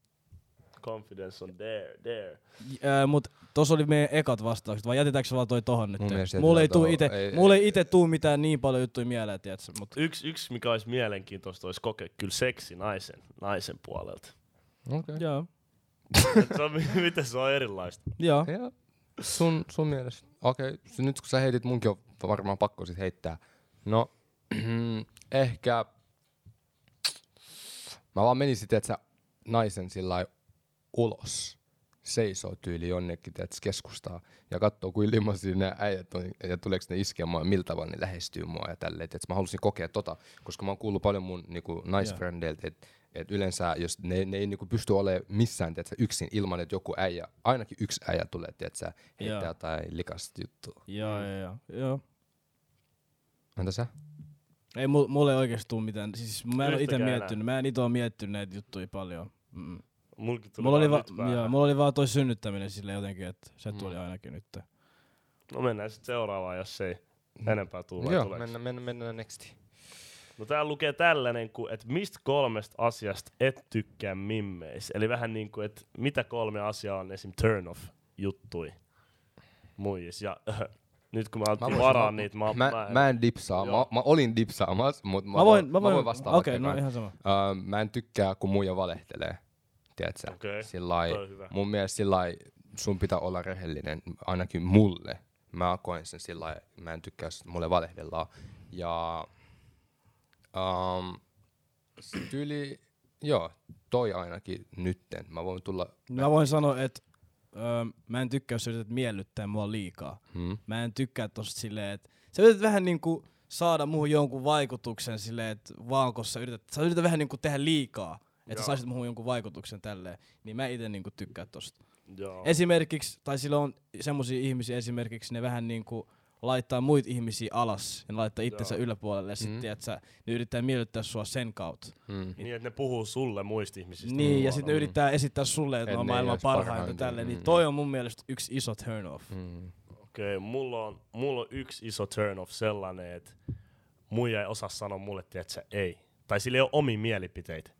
[SPEAKER 3] Confidence on there, there.
[SPEAKER 1] Äh, mut tossa oli meidän ekat vastaukset, vai jätetäänkö se vaan toi tohon nyt?
[SPEAKER 2] Mun mielestä
[SPEAKER 1] Mulle ei
[SPEAKER 2] jätetään
[SPEAKER 1] tuu
[SPEAKER 2] tohon.
[SPEAKER 1] ite,
[SPEAKER 2] Ei-
[SPEAKER 1] mulle ei ite tuu mitään niin paljon juttuja mieleen, tiedätkö, mut
[SPEAKER 3] Yksi, yksi mikä olisi mielenkiintoista olisi kokea kyllä seksi naisen, naisen puolelta.
[SPEAKER 2] Okei.
[SPEAKER 1] joo,
[SPEAKER 3] Et se on, *laughs* miten se on erilaista?
[SPEAKER 1] joo.
[SPEAKER 2] Ja sun, sun mielestä. Okei, okay. nyt kun sä heitit, munkin on varmaan pakko sit heittää. No, *clears throat* ehkä... Mä vaan menisin, että sä naisen sillä lailla ulos seisoo tyyli jonnekin, että keskustaa ja katsoo, kuin limaisia nämä äijät on ja tuleeko ne iskemään ja miltä tavalla ne lähestyy mua ja tälleen. Et mä halusin kokea tota, koska mä oon kuullut paljon mun niinku, naisfrendeiltä, että et yleensä jos ne, ne ei niinku, pysty olemaan missään tiedätkö, yksin ilman, että joku äijä, ainakin yksi äijä tulee, että heittää
[SPEAKER 1] Joo.
[SPEAKER 2] yeah. jotain likasta juttua.
[SPEAKER 1] Joo, joo, joo, joo.
[SPEAKER 2] Entä sä?
[SPEAKER 1] Ei mu- mulle ei oikeesti tuu mitään. Siis mä en oo ite
[SPEAKER 3] Yhtäkään enää.
[SPEAKER 1] miettinyt, mä en ite oo miettinyt näitä juttuja paljon. Mm.
[SPEAKER 3] Mulkin tuli
[SPEAKER 1] Mulla oli, va-
[SPEAKER 3] nyt Mm. päähän.
[SPEAKER 1] joo, mulla oli vaan toi synnyttäminen sille jotenkin, että se tuli ainakin nyt.
[SPEAKER 3] No mennään sitten seuraavaan, jos ei enempää tule.
[SPEAKER 2] Mm. Joo, mennään, mennään, mennään nextiin.
[SPEAKER 3] No täällä lukee tällainen, kuin, että mistä kolmesta asiasta et tykkää mimmeis? Eli vähän niin kuin, että mitä kolme asiaa on esim. turn off juttui muijis. Ja *laughs* nyt kun mä otin
[SPEAKER 2] voisin
[SPEAKER 3] varaa
[SPEAKER 2] vastata.
[SPEAKER 3] niitä, mä,
[SPEAKER 2] Mä, mä en dipsaa, mä,
[SPEAKER 3] Joo.
[SPEAKER 2] mä, olin dipsaamassa, mutta mä,
[SPEAKER 1] Mä voin,
[SPEAKER 2] mä voin
[SPEAKER 1] Okei,
[SPEAKER 2] vastaa.
[SPEAKER 1] okay, no
[SPEAKER 2] vaikka
[SPEAKER 1] ihan sama.
[SPEAKER 2] Öö, mä en tykkää, kun muija valehtelee. Tiedätkö?
[SPEAKER 3] Okei,
[SPEAKER 2] Sillai,
[SPEAKER 3] toi on hyvä.
[SPEAKER 2] mun mielestä sillai, sun pitää olla rehellinen, ainakin mulle. Mä koen sen sillä mä en tykkää, jos mulle valehdellaan. Ja um, tyyli, joo, toi ainakin nytten. Mä voin tulla,
[SPEAKER 1] Mä voin sanoa, että öö, mä en tykkää, jos sä yrität miellyttää mua liikaa. Hmm. Mä en tykkää tosta silleen, että sä yrität vähän niinku saada muuhun jonkun vaikutuksen silleen, että vaan kun sä yrität, sä yrität vähän niinku tehdä liikaa, että sä
[SPEAKER 3] Joo.
[SPEAKER 1] saisit muuhun jonkun vaikutuksen tälleen, niin mä ite niinku tykkään tosta.
[SPEAKER 3] Joo.
[SPEAKER 1] Esimerkiksi, tai sillä on semmosia ihmisiä esimerkiksi, ne vähän niinku laittaa muita ihmisiä alas ja ne laittaa itsensä yläpuolelle ja sitten, että ne yrittää miellyttää sua sen kautta.
[SPEAKER 2] mm,
[SPEAKER 3] Niin, että ne puhuu sulle muista
[SPEAKER 2] Siis
[SPEAKER 3] ihmisistä.
[SPEAKER 1] Niin, ja
[SPEAKER 3] muualla.
[SPEAKER 1] sitten ne yrittää esittää sulle, että
[SPEAKER 2] Et
[SPEAKER 1] mä oon
[SPEAKER 2] ne ei
[SPEAKER 1] maailman
[SPEAKER 2] olisi
[SPEAKER 1] parhaita
[SPEAKER 2] parhaita,
[SPEAKER 1] tälle, niin
[SPEAKER 2] mm.
[SPEAKER 1] toi on mun mielestä yksi iso turn off.
[SPEAKER 2] mm.
[SPEAKER 3] Okei, mulla on, mulla on yksi iso turn off sellainen, että muija ei osaa sanoa mulle, että sä ei. Tai sillä ei ole omia mielipiteitä.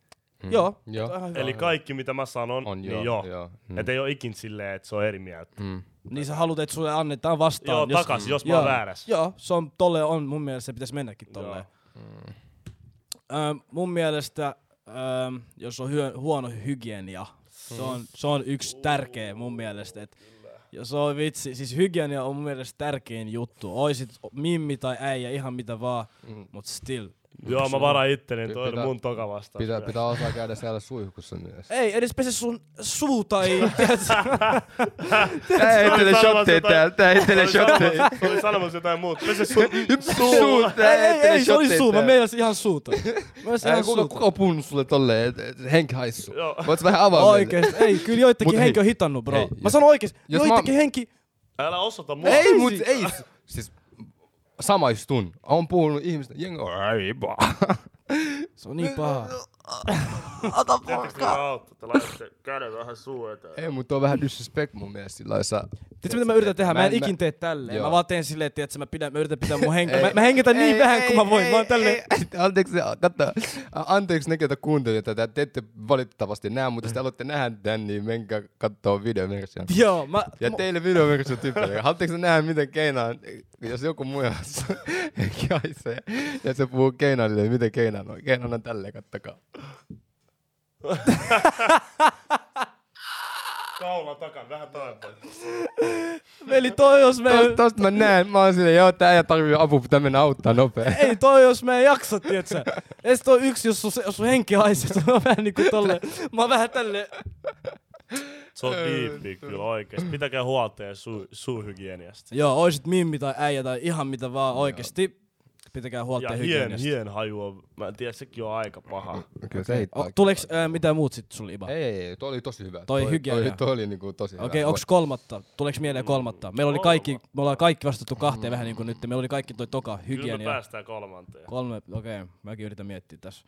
[SPEAKER 1] Joo,
[SPEAKER 2] hmm. Joo.
[SPEAKER 1] toi on ihan hyvä.
[SPEAKER 3] Eli kaikki, mitä mä sanon,
[SPEAKER 2] on
[SPEAKER 3] on
[SPEAKER 2] joo,
[SPEAKER 3] niin joo. joo.
[SPEAKER 2] joo. Mm,
[SPEAKER 3] Että ei ole ikin silleen, että se on eri mieltä.
[SPEAKER 2] mm.
[SPEAKER 1] Niin sä haluat, että sulle annetaan vastaan.
[SPEAKER 3] Joo, takas, jos mä
[SPEAKER 1] Joo,
[SPEAKER 3] oon väärässä.
[SPEAKER 1] Joo, se on, tolle on mun mielestä, se pitäisi mennäkin tolleen.
[SPEAKER 2] Mm.
[SPEAKER 1] Ö, mun mielestä, ö, jos on hyö, huono hygienia, se on,
[SPEAKER 2] Mm.
[SPEAKER 1] se on yksi tärkeä mun mielestä. Et, jos on vitsi, siis hygienia on mun mielestä tärkein juttu. Oisit mimmi tai äijä, ihan mitä vaan,
[SPEAKER 2] Mm.
[SPEAKER 1] mut still.
[SPEAKER 3] Joo, mä varaan itteni,
[SPEAKER 2] Pi-
[SPEAKER 3] toi
[SPEAKER 2] pitää-
[SPEAKER 3] on mun toka vastaus.
[SPEAKER 2] Pitää,
[SPEAKER 3] myös.
[SPEAKER 2] pitää osaa käydä siellä suihkussa myös.
[SPEAKER 3] *laughs*
[SPEAKER 1] Ei, edes pese sun suu tai... *laughs* tiedätkö,
[SPEAKER 2] Tää heittelee
[SPEAKER 3] sanomassa
[SPEAKER 2] shotteja
[SPEAKER 3] jotain-
[SPEAKER 2] täällä, tää heittelee
[SPEAKER 3] Se oli
[SPEAKER 2] shotteja.
[SPEAKER 3] sanomassa- Se oli sanomassa jotain muuta. Pese sun suu.
[SPEAKER 2] Suut,
[SPEAKER 1] ei, ei, ei, se oli suu, mä meinasin ihan
[SPEAKER 2] *laughs*
[SPEAKER 1] suuta. Mä meinasin ihan
[SPEAKER 2] Äh, kuka,
[SPEAKER 1] suuta.
[SPEAKER 2] kuka on puhunut sulle tolleen, että et, henki haissu?
[SPEAKER 3] Joo.
[SPEAKER 2] Voit sä vähän avaa meille?
[SPEAKER 1] Oikeesti, ei, kyllä joitakin
[SPEAKER 2] Mut
[SPEAKER 1] henki
[SPEAKER 2] hei,
[SPEAKER 1] on hitannut, bro.
[SPEAKER 2] hei,
[SPEAKER 1] mä
[SPEAKER 2] jos-
[SPEAKER 1] sanon oikeesti,
[SPEAKER 2] jos
[SPEAKER 1] joitakin henki...
[SPEAKER 3] Älä osoita mua.
[SPEAKER 2] Ei,
[SPEAKER 1] Oikeesti?
[SPEAKER 2] mut ei. s- Siis samaistun. On puhunut ihmistä, jengi on "Ai, ipa."
[SPEAKER 1] Se on niin paha.
[SPEAKER 2] Äh,
[SPEAKER 3] Tiedättekö, mitä auttaa? Te laitatte käden vähän suu eteen.
[SPEAKER 2] Ei, mutta on vähän disrespect mun mielestä sillä lailla.
[SPEAKER 1] Tiedätkö mitä mä yritän tehdä? Mä
[SPEAKER 2] Mä
[SPEAKER 1] en
[SPEAKER 2] en- mä-
[SPEAKER 1] ikin tee tälleen. Mä
[SPEAKER 2] Joo.
[SPEAKER 1] vaan teen silleen, että tiedätkö, mä, pidän, mä yritän pitää mun henkeä. Mä, mä hengitän niin vähän kuin mä voin. Mä oon tälleen.
[SPEAKER 2] ei. Anteeksi, katso, anteeksi ne, ketä kuuntelijoita, tätä te ette valitettavasti näe, mutta jos te aloitte nähdä tämän, niin menkää katsoa videoversion.
[SPEAKER 1] Joo, mä,
[SPEAKER 2] Ja
[SPEAKER 1] mu-
[SPEAKER 2] teille videoversio typpäri. Haluatteko te nähdä, miten Keinaan, jos joku muu *laughs* kaisee, ja se puhuu Keinaanille, niin miten Keinaan on? Keinaan on tälleen, kattokaa.
[SPEAKER 3] Kaula takan, vähän taakkaan.
[SPEAKER 1] eli toi jos me...
[SPEAKER 2] Tosta, tosta mä näen, mä oon silleen, joo, tää ei tarvii apua, pitää mennä auttaa nopea.
[SPEAKER 1] Ei toi, jos mä en jaksa, tietsä. Ei sit toi yksi, jos sun, se- jos sun henki haisee. Se on vähän niinku tolle. Mä oon vähän tälleen.
[SPEAKER 3] Se on diippi kyllä oikeesti. Pitäkää huolta ja suu, suuhygieniasta.
[SPEAKER 1] Joo, oisit mimmi tai äijä tai ihan mitä vaan oikeesti. Pitäkää huolta
[SPEAKER 3] Ja hien,
[SPEAKER 1] hygieniasta.
[SPEAKER 3] hien haju on, mä en tiedä, sekin on aika paha.
[SPEAKER 2] Kyllä se ei
[SPEAKER 1] O, Tuleeks äh, mitään muut sit sulle, Iba?
[SPEAKER 2] Ei, ei, ei, toi oli tosi hyvä.
[SPEAKER 1] Toi hygienia.
[SPEAKER 2] Toi, toi oli niinku tosi hyvä.
[SPEAKER 1] Okei, okay, onks kolmatta? Tuleeks mieleen kolmatta? Meillä oli kaikki, me ollaan kaikki vastattu kahteen vähän niinku nyt. Meillä oli kaikki toi toka,
[SPEAKER 3] Mm. Kyllä me
[SPEAKER 1] hygienia.
[SPEAKER 3] päästään kolmanteen.
[SPEAKER 1] Kolme, okei. Okay. Mäkin yritän miettiä tässä.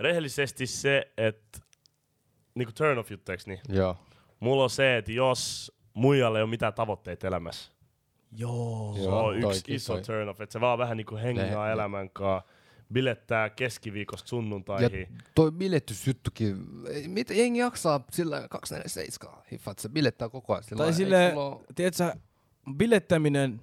[SPEAKER 3] Rehellisesti se, että niinku turn off juttu, eiks niin?
[SPEAKER 2] Joo.
[SPEAKER 3] Mulla on se, että jos muijalle ei ole mitään tavoitteita elämässä,
[SPEAKER 1] Joo.
[SPEAKER 3] se
[SPEAKER 2] Joo,
[SPEAKER 3] on yksi
[SPEAKER 2] toikin,
[SPEAKER 3] iso
[SPEAKER 2] toi.
[SPEAKER 3] turn off, että se vaan vähän niinku hengaa
[SPEAKER 2] Ne-
[SPEAKER 3] elämän kaa, bilettää keskiviikosta
[SPEAKER 2] Ja
[SPEAKER 3] sunnuntaihin.
[SPEAKER 2] toi biletysjuttukin, ei- mitä jengi jaksaa sillä 247 hiffat, se bilettää koko ajan.
[SPEAKER 1] Tai
[SPEAKER 2] ei
[SPEAKER 1] sille,
[SPEAKER 2] sulla oo-
[SPEAKER 1] tiedätkö, bilettäminen,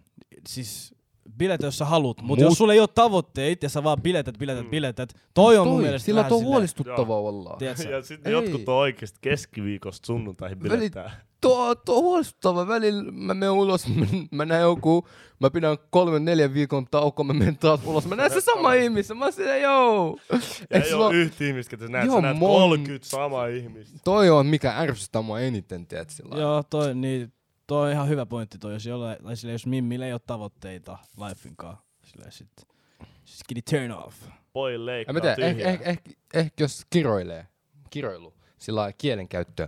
[SPEAKER 1] siis biletä, jos sä haluut, mutta Mut. jos sulla ei ole tavoitteita ja sä vaan biletät,
[SPEAKER 3] Mm.
[SPEAKER 1] biletät, biletät, toi on mun
[SPEAKER 2] Toi,
[SPEAKER 1] mielestä
[SPEAKER 2] sillä
[SPEAKER 1] vähän
[SPEAKER 2] on
[SPEAKER 1] silleen,
[SPEAKER 2] huolestuttavaa ollaan.
[SPEAKER 3] *laughs*
[SPEAKER 1] tiedätkö,
[SPEAKER 3] Ja sitten
[SPEAKER 2] Ei.
[SPEAKER 3] jotkut on oikeesti keskiviikosta sunnuntaihin
[SPEAKER 2] Väli,
[SPEAKER 3] bilettää.
[SPEAKER 2] *laughs* tuo, tuo on huolestuttava. Välillä mä menen ulos, mä, mä näen joku, mä pidän kolmen neljän viikon taukoa, mä menen taas ulos. Mä näen se sama ihmisen, mä silleen, joo.
[SPEAKER 3] Ja
[SPEAKER 2] Eikö
[SPEAKER 3] ei
[SPEAKER 2] sulla-
[SPEAKER 3] ole yhtä ihmistä, ketä sä näet. Sä
[SPEAKER 2] Joo,
[SPEAKER 3] näet
[SPEAKER 2] mon-
[SPEAKER 3] 30 samaa ihmistä.
[SPEAKER 2] Toi on mikä ärsyttää mua eniten, tiedät sillä lailla.
[SPEAKER 1] Joo, toi, niin, toi on ihan hyvä pointti toi, jos, jollain, tai sille, jos Mimmillä ei ole tavoitteita lifeinkaan, sillä sit, skiddy turn off.
[SPEAKER 3] Poi
[SPEAKER 2] Ja
[SPEAKER 3] leikkaa
[SPEAKER 2] mä tiedän, ehkä,
[SPEAKER 3] tyhjää.
[SPEAKER 2] ehkä, ehkä, ehkä, jos kiroilee, kiroilu, sillä lailla kielenkäyttö,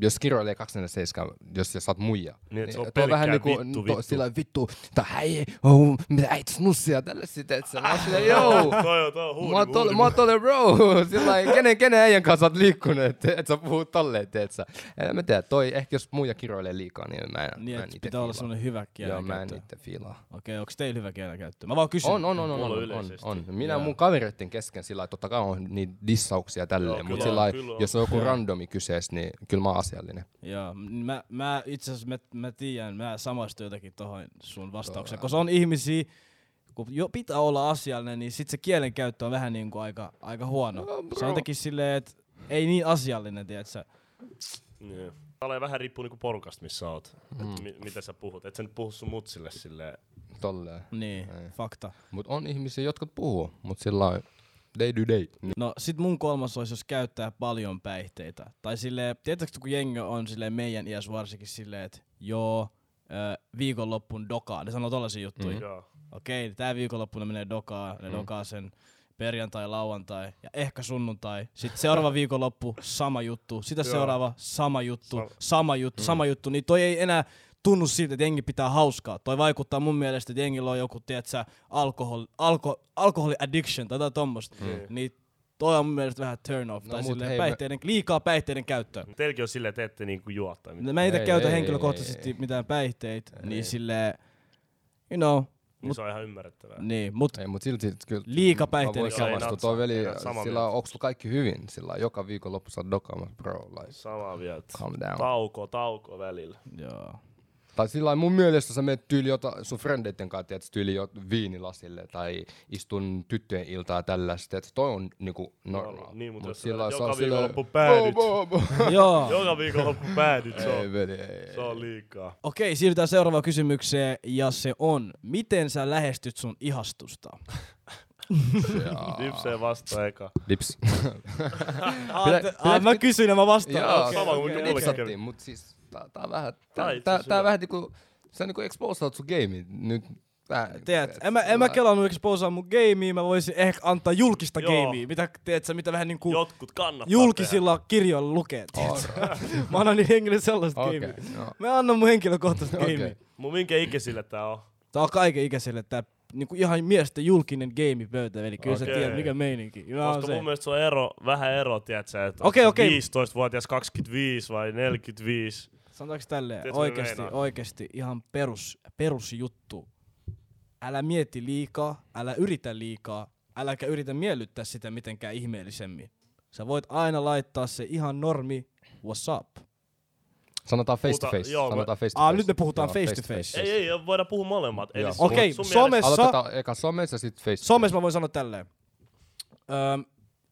[SPEAKER 2] jos kiroilee 247, jos, jos sä oot muija.
[SPEAKER 3] Niin, et se on
[SPEAKER 2] tuo
[SPEAKER 3] pelkkää vittu, vittu.
[SPEAKER 2] niinku Sillä lailla, vittu, tai hei, oh, mitä äit snussia, tällaisia, tiedät sä. Mä oon silleen,
[SPEAKER 3] *laughs*
[SPEAKER 2] joo.
[SPEAKER 3] *laughs* Toi on, toi on huuni,
[SPEAKER 2] Mä oon tolle,
[SPEAKER 3] huuni.
[SPEAKER 2] mä oon tolle bro, *laughs* sillä ei, kenen, kenen äijän kanssa oot liikkunut, et, et sä puhuu tolleen, teet sä. En mä tiedä, toi ehkä jos muija kiroilee liikaa, niin mä en,
[SPEAKER 1] Niin,
[SPEAKER 2] mä en
[SPEAKER 1] että
[SPEAKER 2] ite
[SPEAKER 1] pitää olla
[SPEAKER 2] fiilaa.
[SPEAKER 1] semmoinen hyvä
[SPEAKER 2] Joo, mä en
[SPEAKER 1] kielenkäyttö.
[SPEAKER 2] ite fiilaa.
[SPEAKER 1] Okei, onks teillä hyvä kielenkäyttö? Mä vaan kysyn.
[SPEAKER 2] On, on, on, on,
[SPEAKER 3] Mulla
[SPEAKER 2] on, on,
[SPEAKER 3] yleisesti.
[SPEAKER 2] on. Minä mun kavereiden kesken sillä lailla, totta kai on niin dissauksia
[SPEAKER 3] Joo,
[SPEAKER 2] tälleen, mutta
[SPEAKER 3] kyllä
[SPEAKER 2] sillä
[SPEAKER 3] on,
[SPEAKER 2] lailla,
[SPEAKER 3] kyllä on.
[SPEAKER 2] jos on joku randomi kyseessä, niin kyllä mä oon asiallinen.
[SPEAKER 1] Joo, m- mä, mä itse asiassa mä, mä tiedän, mä samaistun jotenkin tuohon sun vastaukseen, koska on ihmisiä, kun jo pitää olla asiallinen, niin sit se kielenkäyttö on vähän niin kuin aika, aika
[SPEAKER 2] No,
[SPEAKER 1] huono. se on jotenkin silleen, että ei niin asiallinen, tiedätkö?
[SPEAKER 3] Niin. Tää vähän riippuu niinku porukasta, missä oot. Mm. Mi- mitä sä puhut. Et sä nyt puhu sun mutsille silleen.
[SPEAKER 2] Mm. Tolleen.
[SPEAKER 1] Niin, fakta.
[SPEAKER 2] Mutta on ihmisiä, jotka puhuu, mutta sillä lailla, they do they. Niin.
[SPEAKER 1] No sit mun kolmas olisi, jos käyttää paljon päihteitä. Tai silleen, tiedätkö kun jengi on silleen meidän iässä varsinkin silleen, että joo, ö, viikonloppun dokaa. Ne sanoo tollasia juttuja.
[SPEAKER 3] Joo.
[SPEAKER 1] okei, niin tää viikonloppuna menee dokaa, ne dokaa sen perjantai, lauantai ja ehkä sunnuntai. Sitten seuraava viikonloppu, sama juttu. Sitä seuraava, sama juttu, sama juttu, sama juttu. Niin toi ei enää tunnu siltä, että jengi pitää hauskaa. Toi vaikuttaa mun mielestä, että jengillä on joku, tiedätkö, alkohol, alko, alkoholi addiction tai jotain tommosta. Niin toi on mun mielestä vähän turn off.
[SPEAKER 2] No
[SPEAKER 1] tai
[SPEAKER 2] mut
[SPEAKER 1] silleen
[SPEAKER 2] hei, mä-
[SPEAKER 1] päihteiden, liikaa päiteiden käyttöä.
[SPEAKER 3] Teilläkin on silleen, että ette niinku juo
[SPEAKER 2] No
[SPEAKER 3] tai mitään.
[SPEAKER 1] Mä itse
[SPEAKER 2] Ei,
[SPEAKER 1] käytän
[SPEAKER 2] ei,
[SPEAKER 1] henkilökohtaisesti
[SPEAKER 2] ei,
[SPEAKER 1] mitään päihteitä, niin silleen, you know,
[SPEAKER 3] Niin se on ihan ymmärrettävää.
[SPEAKER 2] Mm.
[SPEAKER 1] niin, mut
[SPEAKER 2] Ei, mutta silti kyllä
[SPEAKER 1] Liikapäihteiden
[SPEAKER 2] Mä voin
[SPEAKER 1] käyttö.
[SPEAKER 2] samastua.
[SPEAKER 3] Ei
[SPEAKER 2] Tuo
[SPEAKER 3] natsaa.
[SPEAKER 2] veli,
[SPEAKER 3] Ei ole samaa
[SPEAKER 2] sillä
[SPEAKER 3] mieltä.
[SPEAKER 2] onko sulla kaikki hyvin? Sillä joka viikon lopussa on dokaamassa, bro, like,
[SPEAKER 3] Samaa vielä.
[SPEAKER 2] calm down.
[SPEAKER 3] Tauko, tauko välillä.
[SPEAKER 1] joo.
[SPEAKER 2] Tai sillä lailla mun mielestä sä menet tyyli jota, sun frendeiden kanssa, tiedät, sä tyyli jo viinilasille tai istun tyttöjen iltaa tällaista, että toi on niinku normaali.
[SPEAKER 3] No, niin, mutta
[SPEAKER 2] Mut
[SPEAKER 3] jos sä
[SPEAKER 2] sillä
[SPEAKER 3] menet
[SPEAKER 2] lailla se on
[SPEAKER 3] joka
[SPEAKER 2] sillä
[SPEAKER 3] viikonloppu
[SPEAKER 2] lailla-
[SPEAKER 3] päädyt.
[SPEAKER 2] Bo, bo, bo.
[SPEAKER 1] *laughs* joo.
[SPEAKER 3] Joka viikonloppu päädyt. Se
[SPEAKER 2] Ei
[SPEAKER 3] on,
[SPEAKER 2] veli, ei.
[SPEAKER 3] se on liikaa.
[SPEAKER 1] Okei, siirrytään seuraavaan kysymykseen, ja se on, miten sä lähestyt sun ihastusta?
[SPEAKER 3] Dipsee vasta eka.
[SPEAKER 2] Lips.
[SPEAKER 1] Ah,
[SPEAKER 2] Pidä-
[SPEAKER 1] te-
[SPEAKER 2] pidä-
[SPEAKER 1] ah, mä kysyin ja mä vastaan.
[SPEAKER 2] Joo,
[SPEAKER 1] Okei,
[SPEAKER 2] sama
[SPEAKER 1] okei,
[SPEAKER 3] kuin
[SPEAKER 1] okei.
[SPEAKER 3] mulle.
[SPEAKER 2] Lipsattiin,
[SPEAKER 3] kävi.
[SPEAKER 2] mut siis tää, tää on vähän,
[SPEAKER 3] Tää
[SPEAKER 2] tää,
[SPEAKER 3] itse
[SPEAKER 2] tää,
[SPEAKER 3] asiassa
[SPEAKER 2] tää
[SPEAKER 3] hyvä.
[SPEAKER 2] vähän niinku, sä niinku exposaat sun gamei nyt. Vähän, niinku,
[SPEAKER 1] Teet, en
[SPEAKER 2] tiedät,
[SPEAKER 1] mä, en mä
[SPEAKER 2] sillä
[SPEAKER 1] kelannut exposea mun gamea, mä voisin ehkä antaa julkista
[SPEAKER 3] Joo.
[SPEAKER 1] gamea, mitä, teet sä, mitä vähän niinku
[SPEAKER 3] Jotkut kannattaa
[SPEAKER 1] julkisilla kirjoilla lukee, teet sä. *laughs* Mä annan niille henkilöille sellaista
[SPEAKER 2] Okei, no.
[SPEAKER 1] gamea.
[SPEAKER 2] joo.
[SPEAKER 1] Mä annan mun henkilökohtaista gamea.
[SPEAKER 2] Okei.
[SPEAKER 3] Tehdä. Mun minkä ikäisillä tää on?
[SPEAKER 1] Tää on kaiken ikäisille tää niinku ihan miesten julkinen gamepöytä, eli kyllä sä
[SPEAKER 3] Okei.
[SPEAKER 1] tiedät mikä meininki. You know what I'm
[SPEAKER 3] Koska mun
[SPEAKER 1] saying?
[SPEAKER 3] mielestä se on ero, vähän ero, tiedätkö, että
[SPEAKER 1] Okei,
[SPEAKER 3] onko
[SPEAKER 1] okei.
[SPEAKER 3] 15-vuotias 25 vai 45.
[SPEAKER 1] Sanotaanko tälleen,
[SPEAKER 3] Tiedätkö, mitä
[SPEAKER 1] oikeesti,
[SPEAKER 3] meinaan?
[SPEAKER 1] oikeesti ihan perus, perusjuttu. Älä mieti liikaa, älä yritä liikaa, äläkä yritä miellyttää sitä mitenkään ihmeellisemmin. Sä voit aina laittaa se ihan normi, what's up?
[SPEAKER 2] Sanotaan face to
[SPEAKER 3] Puhuta-
[SPEAKER 2] face.
[SPEAKER 3] joo, me-
[SPEAKER 2] Sanotaan face to
[SPEAKER 1] Aa,
[SPEAKER 2] face.
[SPEAKER 1] nyt me puhutaan
[SPEAKER 2] Joo,
[SPEAKER 1] face to face.
[SPEAKER 3] Ei, ei, ei, voidaan puhua molemmat.
[SPEAKER 2] Siis-
[SPEAKER 3] Eli
[SPEAKER 2] Joo.
[SPEAKER 3] sun-
[SPEAKER 1] Okei,
[SPEAKER 3] sun
[SPEAKER 1] some-
[SPEAKER 3] mielestä-
[SPEAKER 2] Aloitetaan eka somessa, sitten face to
[SPEAKER 1] Somessa mä voin sanoa tälleen. Öö,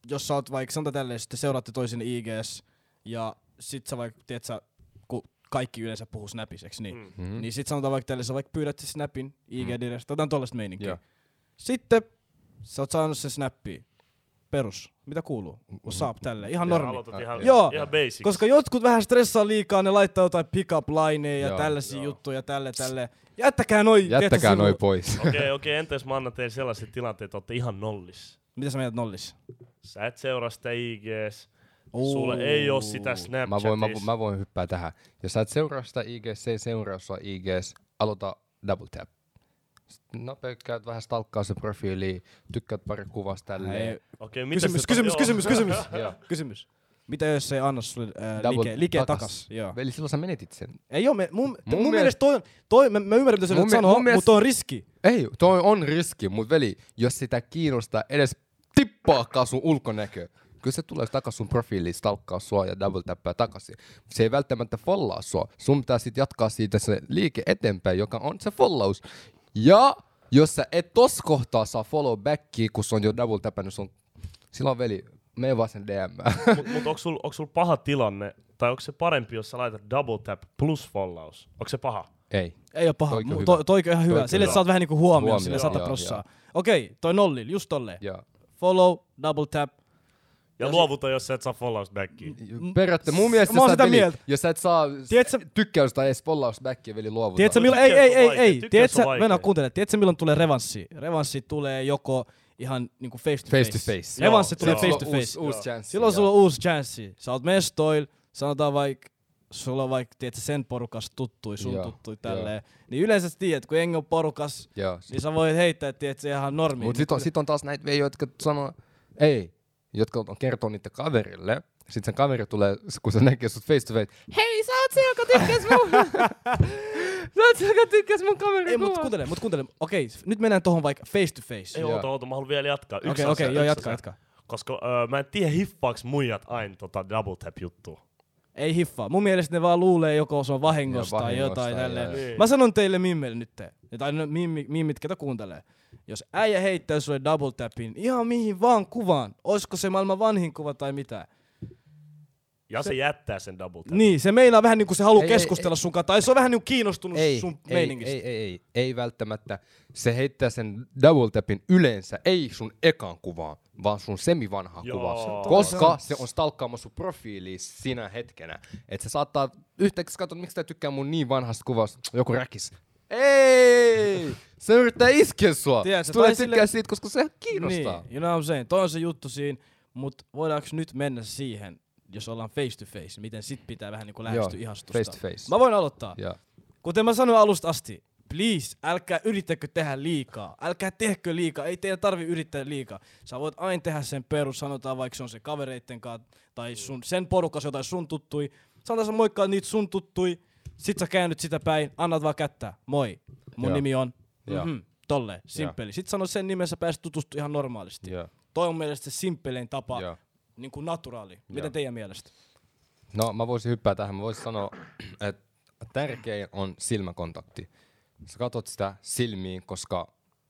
[SPEAKER 1] jos sä oot vaikka, sanotaan tälleen, sitten seuraatte toisen IGS, ja sit sä vaikka, tiedät sä, kun kaikki yleensä puhuu snapiseksi, niin,
[SPEAKER 3] Mm.
[SPEAKER 2] Mm-hmm.
[SPEAKER 1] mm. niin sit sanotaan vaikka tälleen, sä vaikka pyydät sen snapin ig direct jotain tollaista meininkiä.
[SPEAKER 2] Mm. Joo.
[SPEAKER 1] Sitten sä oot saanut sen snappi. Perus. Mitä kuuluu? What's
[SPEAKER 2] Mm.
[SPEAKER 1] up tälleen? Ihan
[SPEAKER 3] Ja
[SPEAKER 1] normi.
[SPEAKER 3] Aloitat ihan,
[SPEAKER 1] Joo.
[SPEAKER 3] ihan basics.
[SPEAKER 1] Koska jotkut vähän stressaa liikaa, ne laittaa jotain pick-up lineja ja
[SPEAKER 2] Joo.
[SPEAKER 1] tällaisia
[SPEAKER 3] Joo.
[SPEAKER 1] juttuja ja tälle tälle. Jättäkää noi. tiedätkö,
[SPEAKER 2] Jättäkää
[SPEAKER 1] silloin-
[SPEAKER 2] noi pois.
[SPEAKER 3] Okei, okei, entä jos mä annan teille sellaiset tilanteet, että olette ihan nollis.
[SPEAKER 1] Mitä sä meidät nollis?
[SPEAKER 3] Sä et seuraa sitä IGs,
[SPEAKER 1] Ooh.
[SPEAKER 3] sulla ei oo sitä
[SPEAKER 2] *laughs* Mä voin, mä, vo-
[SPEAKER 3] Snapchatissa.
[SPEAKER 2] mä voin hyppää tähän. Jos sä et seuraa sitä IGS, se ei seuraa sua IGS, aloita double tap. Sitten nopea käyt vähän stalkkaa se profiili, tykkäät pari kuvasta tälleen.
[SPEAKER 1] Ei,
[SPEAKER 3] Okei, mitä
[SPEAKER 1] Kysymys,
[SPEAKER 3] se-
[SPEAKER 1] kysymys,
[SPEAKER 3] *laughs* joo.
[SPEAKER 1] kysymys, kysymys,
[SPEAKER 2] Joo.
[SPEAKER 1] kysymys. Mitä jos se ei anna sulle ää, like, like takas? Joo.
[SPEAKER 2] Eli silloin sä menetit sen.
[SPEAKER 1] Ei joo, me, mun, mun, mun
[SPEAKER 2] mielestä-
[SPEAKER 1] mielestä toi on, toi, mä, mä ymmärrän mitä sä
[SPEAKER 2] Mun
[SPEAKER 1] yrität
[SPEAKER 2] mi-
[SPEAKER 1] sanoa,
[SPEAKER 2] mun mielestä-
[SPEAKER 1] mutta toi on riski.
[SPEAKER 2] Ei, toi on riski, mut veli, jos sitä kiinnostaa edes tippaakaan sun ulkonäkö, kyllä se tulee takas sun profiiliin, stalkkaa sua ja double tappaa takaisin. Se ei välttämättä follaa sua. Sun pitää sit jatkaa siitä se liike eteenpäin, joka on se follaus. Ja jos sä et tos kohtaa saa follow backia, kun se on jo double tappannut sun, silloin veli, mene vaan sen DM.
[SPEAKER 3] Mut, mut onko sul, onks sul paha tilanne, tai onko se parempi, jos sä laitat double tap plus follaus? Onko se paha?
[SPEAKER 2] ei.
[SPEAKER 1] *laughs* Ei oo paha,
[SPEAKER 2] Toikin on
[SPEAKER 1] mu-
[SPEAKER 2] hyvä.
[SPEAKER 1] toi, toikin on ihan hyvä.
[SPEAKER 2] Toikin on
[SPEAKER 1] Sille
[SPEAKER 2] hyvä.
[SPEAKER 1] sä oot vähän niinku huomioon, sille
[SPEAKER 2] Huomioon,
[SPEAKER 1] sata
[SPEAKER 2] joo,
[SPEAKER 1] prossaa. Okei, toi nollil, just tolleen.
[SPEAKER 2] Ja.
[SPEAKER 1] Follow, double tap.
[SPEAKER 3] Ja luovuta, jos sä et saa follaus backiin.
[SPEAKER 2] Periaatte mun mielestä
[SPEAKER 1] mä oon
[SPEAKER 2] sä,
[SPEAKER 1] sitä
[SPEAKER 2] veli,
[SPEAKER 1] mieltä.
[SPEAKER 2] jos sä et saa
[SPEAKER 1] Tiedätkö-
[SPEAKER 2] tykkäystä edes follows backia, veli luovuta.
[SPEAKER 1] Tiedätkö
[SPEAKER 3] No,
[SPEAKER 1] milloin, ei,
[SPEAKER 3] tykkäys
[SPEAKER 1] ei,
[SPEAKER 3] on
[SPEAKER 1] ei,
[SPEAKER 3] vaikea,
[SPEAKER 1] ei,
[SPEAKER 3] tykkäys
[SPEAKER 1] tiedätkö,
[SPEAKER 3] on vaikea.
[SPEAKER 1] mennään kuuntele, tiedätkö milloin tulee revanssi? Revanssi tulee joko ihan niinku face to face.
[SPEAKER 2] Face to face.
[SPEAKER 1] Revanssi
[SPEAKER 3] Joo,
[SPEAKER 1] tulee
[SPEAKER 3] joo.
[SPEAKER 1] face to face.
[SPEAKER 2] Uusi, uusi chanssi.
[SPEAKER 1] Silloin
[SPEAKER 2] joo.
[SPEAKER 1] sulla on uusi chanssi. Sä oot mestoil, sanotaan vaikka, sulla on vaikka, tiedät, sä, sen porukas tuttui, sun
[SPEAKER 2] Joo,
[SPEAKER 1] tuttui
[SPEAKER 2] joo.
[SPEAKER 1] tälleen. Niin yleensä sä tiedät, kun jengi on porukas,
[SPEAKER 2] Joo.
[SPEAKER 1] niin sä voit heittää, tiedät, se ihan normiin.
[SPEAKER 2] Mut sit on, sit on taas näitä vei, jotka sanoo, ei, jotka on kertoo niitä kaverille. Sitten sen kaveri tulee, kun se näkee sut face to face. Hei, sä oot se, joka tykkäs mun. sä oot se, joka tykkäs mun kaverin
[SPEAKER 1] Ei, mut kuuntele, mut kuuntele. Okei, nyt mennään tohon vaikka face to face.
[SPEAKER 3] Ei,
[SPEAKER 2] Joo.
[SPEAKER 3] oota, oota, mä haluan vielä jatkaa. Yksi
[SPEAKER 1] Okei,
[SPEAKER 3] asia,
[SPEAKER 1] okei, joo,
[SPEAKER 3] yksi
[SPEAKER 1] jatka,
[SPEAKER 3] asia.
[SPEAKER 1] jatka.
[SPEAKER 3] Koska öö, mä en tiedä hiffaaks muijat aina tota double tap juttua.
[SPEAKER 1] Ei hiffaa. Mun mielestä ne vaan luulee joko se on vahingosta
[SPEAKER 2] Joo,
[SPEAKER 1] tai
[SPEAKER 2] vahingosta,
[SPEAKER 1] jotain
[SPEAKER 2] joo,
[SPEAKER 1] tälleen.
[SPEAKER 3] joo.
[SPEAKER 1] Mä sanon teille mimmeille nyt, tai no, mimmi- mimmit, ketä kuuntelee. Jos äijä heittää sulle double tapin ihan mihin vaan kuvaan, oisko se maailman vanhin kuva tai mitä,
[SPEAKER 3] Ja se, jättää sen double tap.
[SPEAKER 1] Niin, se meinaa vähän niinku se haluaa
[SPEAKER 2] Ei,
[SPEAKER 1] keskustella sun kanssa, tai se on vähän niinku kiinnostunut
[SPEAKER 2] ei,
[SPEAKER 1] sun
[SPEAKER 2] ei,
[SPEAKER 1] meiningistä.
[SPEAKER 2] ei, ei, ei, ei, välttämättä. Se heittää sen double tapin yleensä, ei sun ekaan kuvaan, vaan sun semivanhaan
[SPEAKER 3] Joo. Se on
[SPEAKER 2] kuvaan.
[SPEAKER 3] totta.
[SPEAKER 2] Koska se on stalkkaamassa sun profiiliin sinä hetkenä. Että se saattaa yhtäkkiä katsoa, miksi tää tykkää mun niin vanhasta kuvasta. Joku räkis. Ei! Se yrittää iskeä sua.
[SPEAKER 1] Tiedätkö,
[SPEAKER 2] se tulee
[SPEAKER 1] tai
[SPEAKER 2] tykkää
[SPEAKER 1] sille-
[SPEAKER 2] siitä, koska se kiinnostaa.
[SPEAKER 1] Niin, you know what I'm saying? Toi on se juttu siinä, mutta voidaanko nyt mennä siihen, jos ollaan face to face, miten sit pitää vähän niinku lähestyä
[SPEAKER 2] Joo,
[SPEAKER 1] ihastusta.
[SPEAKER 2] face to face.
[SPEAKER 1] Mä voin aloittaa.
[SPEAKER 2] Ja.
[SPEAKER 1] Kuten mä sanoin alusta asti, please, älkää yrittäkö tehdä liikaa. Älkää tehkö liikaa, ei teidän tarvi yrittää liikaa. Sä voit aina tehdä sen perus, sanotaan vaikka se on se kavereitten kanssa, tai sun, sen porukas jotain sun tuttui. Sanotaan sä moikkaa niitä sun tuttui, sit sä käännyt sitä päin, annat vaan kättä, moi, mun
[SPEAKER 2] Joo.
[SPEAKER 1] nimi on.
[SPEAKER 2] Joo.
[SPEAKER 1] Mhm, tolle, simppeli. Sit sano sen nimen, sä pääset tutustumaan ihan normaalisti.
[SPEAKER 2] Joo.
[SPEAKER 1] Toi on mielestä se simppelein tapa,
[SPEAKER 2] Joo.
[SPEAKER 1] niin kuin naturaali. Mitä
[SPEAKER 2] Joo.
[SPEAKER 1] teidän mielestä?
[SPEAKER 2] No mä voisin hyppää tähän. Mä voisin sanoa, *clears throat* että tärkein on silmäkontakti. Sä katot sitä silmiin, koska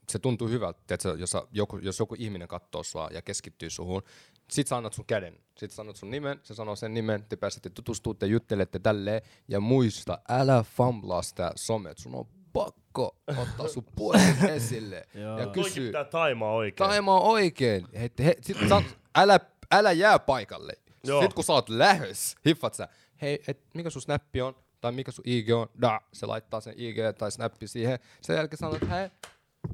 [SPEAKER 2] se tuntuu hyvältä, että jos, sä- joku, jos joku ihminen katsoo sua ja keskittyy suhun, sit sä annat sun käden, sit sä annat sun nimen, se sanoo sen nimen, te pääsette tutustumaan, te juttelette tälleen, ja muista, älä famblaa sitä somet, sun on pakko ottaa sun puolen esille ja
[SPEAKER 3] Toikin
[SPEAKER 2] kysyä,
[SPEAKER 3] pitää taimaa oikein.
[SPEAKER 2] Taima on oikein. He, he, sit, sa, älä, älä jää paikalle.
[SPEAKER 3] Joo.
[SPEAKER 2] Joo. Sitten kun sä oot lähös, hiffat sä, hei, et, mikä sun snappi on, tai mikä sun IG on, da, se laittaa sen IG tai snappi siihen. Sen jälkeen sanot, hei,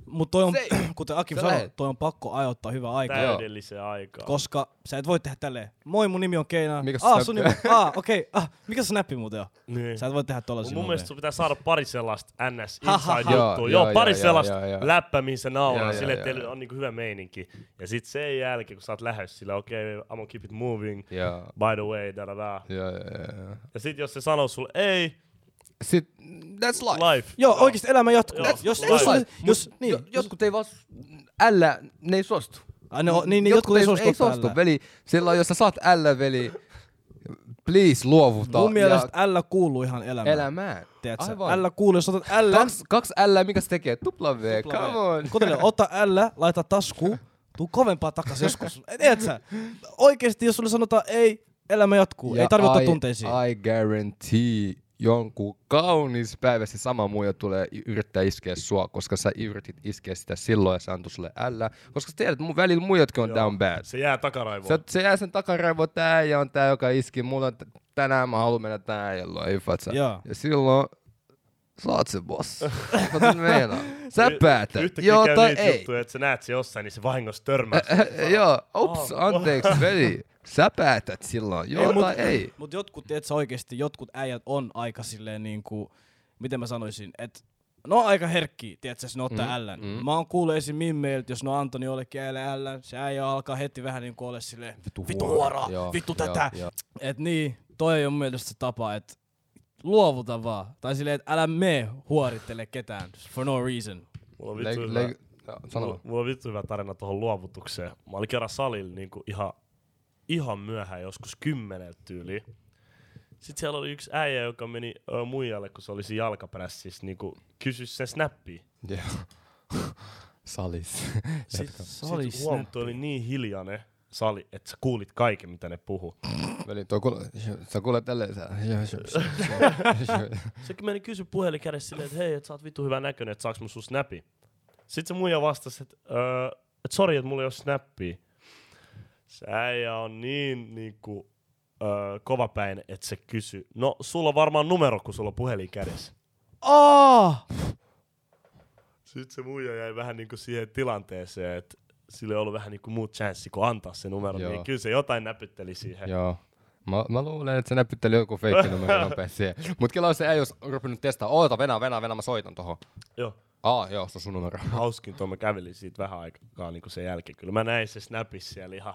[SPEAKER 1] Mutta toi on,
[SPEAKER 2] Se-
[SPEAKER 1] *clears throat* kuten Akim
[SPEAKER 2] sä
[SPEAKER 1] sanoi,
[SPEAKER 2] lähet.
[SPEAKER 1] toi on pakko ajoittaa hyvä aika.
[SPEAKER 2] Tää-
[SPEAKER 3] Täydelliseen aikaan.
[SPEAKER 1] Koska sä et voi tehdä tälleen, moi mun nimi on Keina,
[SPEAKER 2] Mikä sun
[SPEAKER 1] aa sun nimi,
[SPEAKER 2] snappi?
[SPEAKER 1] aa okei, okay. ah, mikä sun snappi muuten on?
[SPEAKER 3] Niin.
[SPEAKER 1] Sä et voi tehdä tollasia
[SPEAKER 3] Mun, mun mielestä
[SPEAKER 1] nopein.
[SPEAKER 3] sun pitää saada pari sellaista ns
[SPEAKER 1] Ha, ha,
[SPEAKER 3] inside
[SPEAKER 1] ha.
[SPEAKER 3] juttua.
[SPEAKER 2] Joo,
[SPEAKER 3] Joo,
[SPEAKER 2] joo,
[SPEAKER 3] pari
[SPEAKER 2] joo,
[SPEAKER 3] sellaista
[SPEAKER 2] joo, joo, joo.
[SPEAKER 3] läppä, mihin se nauraa,
[SPEAKER 2] Joo,
[SPEAKER 3] sille,
[SPEAKER 2] joo,
[SPEAKER 3] että teillä
[SPEAKER 2] joo.
[SPEAKER 3] on niinku hyvä meininki. Ja sit sen jälkeen, kun sä oot lähes sillä, okei, okay, I'm gonna keep it moving,
[SPEAKER 2] Joo.
[SPEAKER 3] by the way, da da da.
[SPEAKER 2] Joo, joo, joo.
[SPEAKER 3] Ja sit jos se sanoo sulle, ei,
[SPEAKER 2] Sitten, that's life.
[SPEAKER 3] life.
[SPEAKER 1] Joo, oikeesti elämä jatkuu.
[SPEAKER 3] Joo,
[SPEAKER 1] Jos, jos,
[SPEAKER 3] live.
[SPEAKER 1] jos,
[SPEAKER 2] Life.
[SPEAKER 1] jos,
[SPEAKER 2] Mut
[SPEAKER 1] niin,
[SPEAKER 2] jo- jotkut ei vaan, ällä, ne ei suostu.
[SPEAKER 1] Ai, ne, on- niin, niin jotkut ei suostu
[SPEAKER 2] Ei suostu,
[SPEAKER 1] tällä.
[SPEAKER 2] veli. Silloin, jos sä saat ällä, veli, please luovuta.
[SPEAKER 1] Mun mielestä L kuuluu ihan elämään.
[SPEAKER 2] elämään.
[SPEAKER 1] Tiedätkö?
[SPEAKER 2] Aivan.
[SPEAKER 1] L kuuluu, jos otat L.
[SPEAKER 2] Kaksi, kaksi L, mikä se tekee? Tupla V,
[SPEAKER 1] tupla
[SPEAKER 2] come
[SPEAKER 1] V.
[SPEAKER 2] on.
[SPEAKER 1] Kotele, ota L, laita tasku, tuu kovempaa takas joskus. Tiedätkö? Oikeesti, jos sulle sanotaan ei, elämä jatkuu. ei tarvitse ottaa
[SPEAKER 2] I-
[SPEAKER 1] tunteisiin.
[SPEAKER 2] I guarantee jonkun kaunis päivä se sama muija tulee i- yrittää iskeä sua, koska sä yritit iskeä sitä silloin ja se antoi sulle ällä. Koska sä tiedät, että mun välillä muijatkin on down bad.
[SPEAKER 3] Se jää takaraivoon.
[SPEAKER 2] Sä, se jää sen takaraivoon, tää ja on tää, joka iski. Mulla on t- tänään mä haluan mennä tää jolloin, ei fatsa.
[SPEAKER 1] Joo.
[SPEAKER 2] Ja silloin sä oot se boss. Kato meinaa. Sä
[SPEAKER 3] Y-
[SPEAKER 2] päätät.
[SPEAKER 3] Yhtäkkiä
[SPEAKER 2] Joo
[SPEAKER 3] käy
[SPEAKER 2] tai
[SPEAKER 3] niitä
[SPEAKER 2] ei.
[SPEAKER 3] juttuja, että sä näet se jossain, niin se vahingossa törmää.
[SPEAKER 2] Äh, Joo, ups, anteeksi, *laughs* veli. Sä päätät silloin. Joo
[SPEAKER 1] mut-
[SPEAKER 2] tai ei.
[SPEAKER 1] Mut jotkut, tiedätkö oikeesti, jotkut äijät on aika silleen niinku, miten mä sanoisin, että ne on aika herkkiä, tiedätkö, jos ne ottaa mm, ällän. Mm. Mä oon kuullut esim. mimmeiltä, jos ne on Antoni jollekin äijälle ällän, se äijä alkaa heti vähän niinku ole silleen, vittu, vittu
[SPEAKER 2] huora.
[SPEAKER 1] huora,
[SPEAKER 2] Joo,
[SPEAKER 1] vittu
[SPEAKER 2] joo,
[SPEAKER 1] tätä.
[SPEAKER 2] joo.
[SPEAKER 1] Et niin, toi on mun mielestä se tapa, että luovuta vaan. Tai silleen, että älä me huorittele ketään, for no reason.
[SPEAKER 2] eh,
[SPEAKER 3] Mulla on vittu
[SPEAKER 2] Leg-
[SPEAKER 3] hyvä.
[SPEAKER 2] leg- joo, sano
[SPEAKER 3] Mulla,
[SPEAKER 2] vaan.
[SPEAKER 3] mulla on vittu hyvä tarina tuohon luovutukseen. Mä olin kerran salilla niinku ihan, ihan myöhään, joskus kymmeneltä tyyliin. Sitten siellä oli yksi äijä, joka meni ö, muijalle, kun se olisi jalkaprässissä, niinku kysy sen snappi.
[SPEAKER 2] Joo. *laughs* Salis.
[SPEAKER 3] Sitten
[SPEAKER 1] Sali
[SPEAKER 3] sit huom, toi oli niin hiljainen sali, että sä kuulit kaiken, mitä ne puhu.
[SPEAKER 2] Veli, toi kuule, sä kuulet tälleen sä. *laughs*
[SPEAKER 3] Sekin meni kysy puhelin kädessä silleen, että hei, että sä oot vittu hyvän näköinen, että saaks mun sun snappi. Sitten se muija vastasi, että öö, et sori, että mulla ei ole snappia. Se äijä on niin niinku, öö, kovapäin, että se kysy. No, sulla on varmaan numero, kun sulla on puhelin kädessä.
[SPEAKER 1] Aa!
[SPEAKER 3] Sitten se muija jäi vähän niinku siihen tilanteeseen, että sillä ei ollut vähän niinku muut chanssi kuin antaa se numero,
[SPEAKER 2] Joo.
[SPEAKER 3] niin kyllä se jotain näpytteli siihen.
[SPEAKER 2] Joo. Mä, mä luulen, että se näpytteli joku feikki *laughs* numero nopeasti siihen. Mut kello se ei jos rupinut testaa. Oota, venä, venä, venä, mä soitan tohon.
[SPEAKER 3] Joo.
[SPEAKER 2] Aa, joo, se on sun numero.
[SPEAKER 3] Hauskin tuo, mä kävelin siitä vähän aikaa niinku sen jälkeen. Kyllä mä näin se snapissa siellä ihan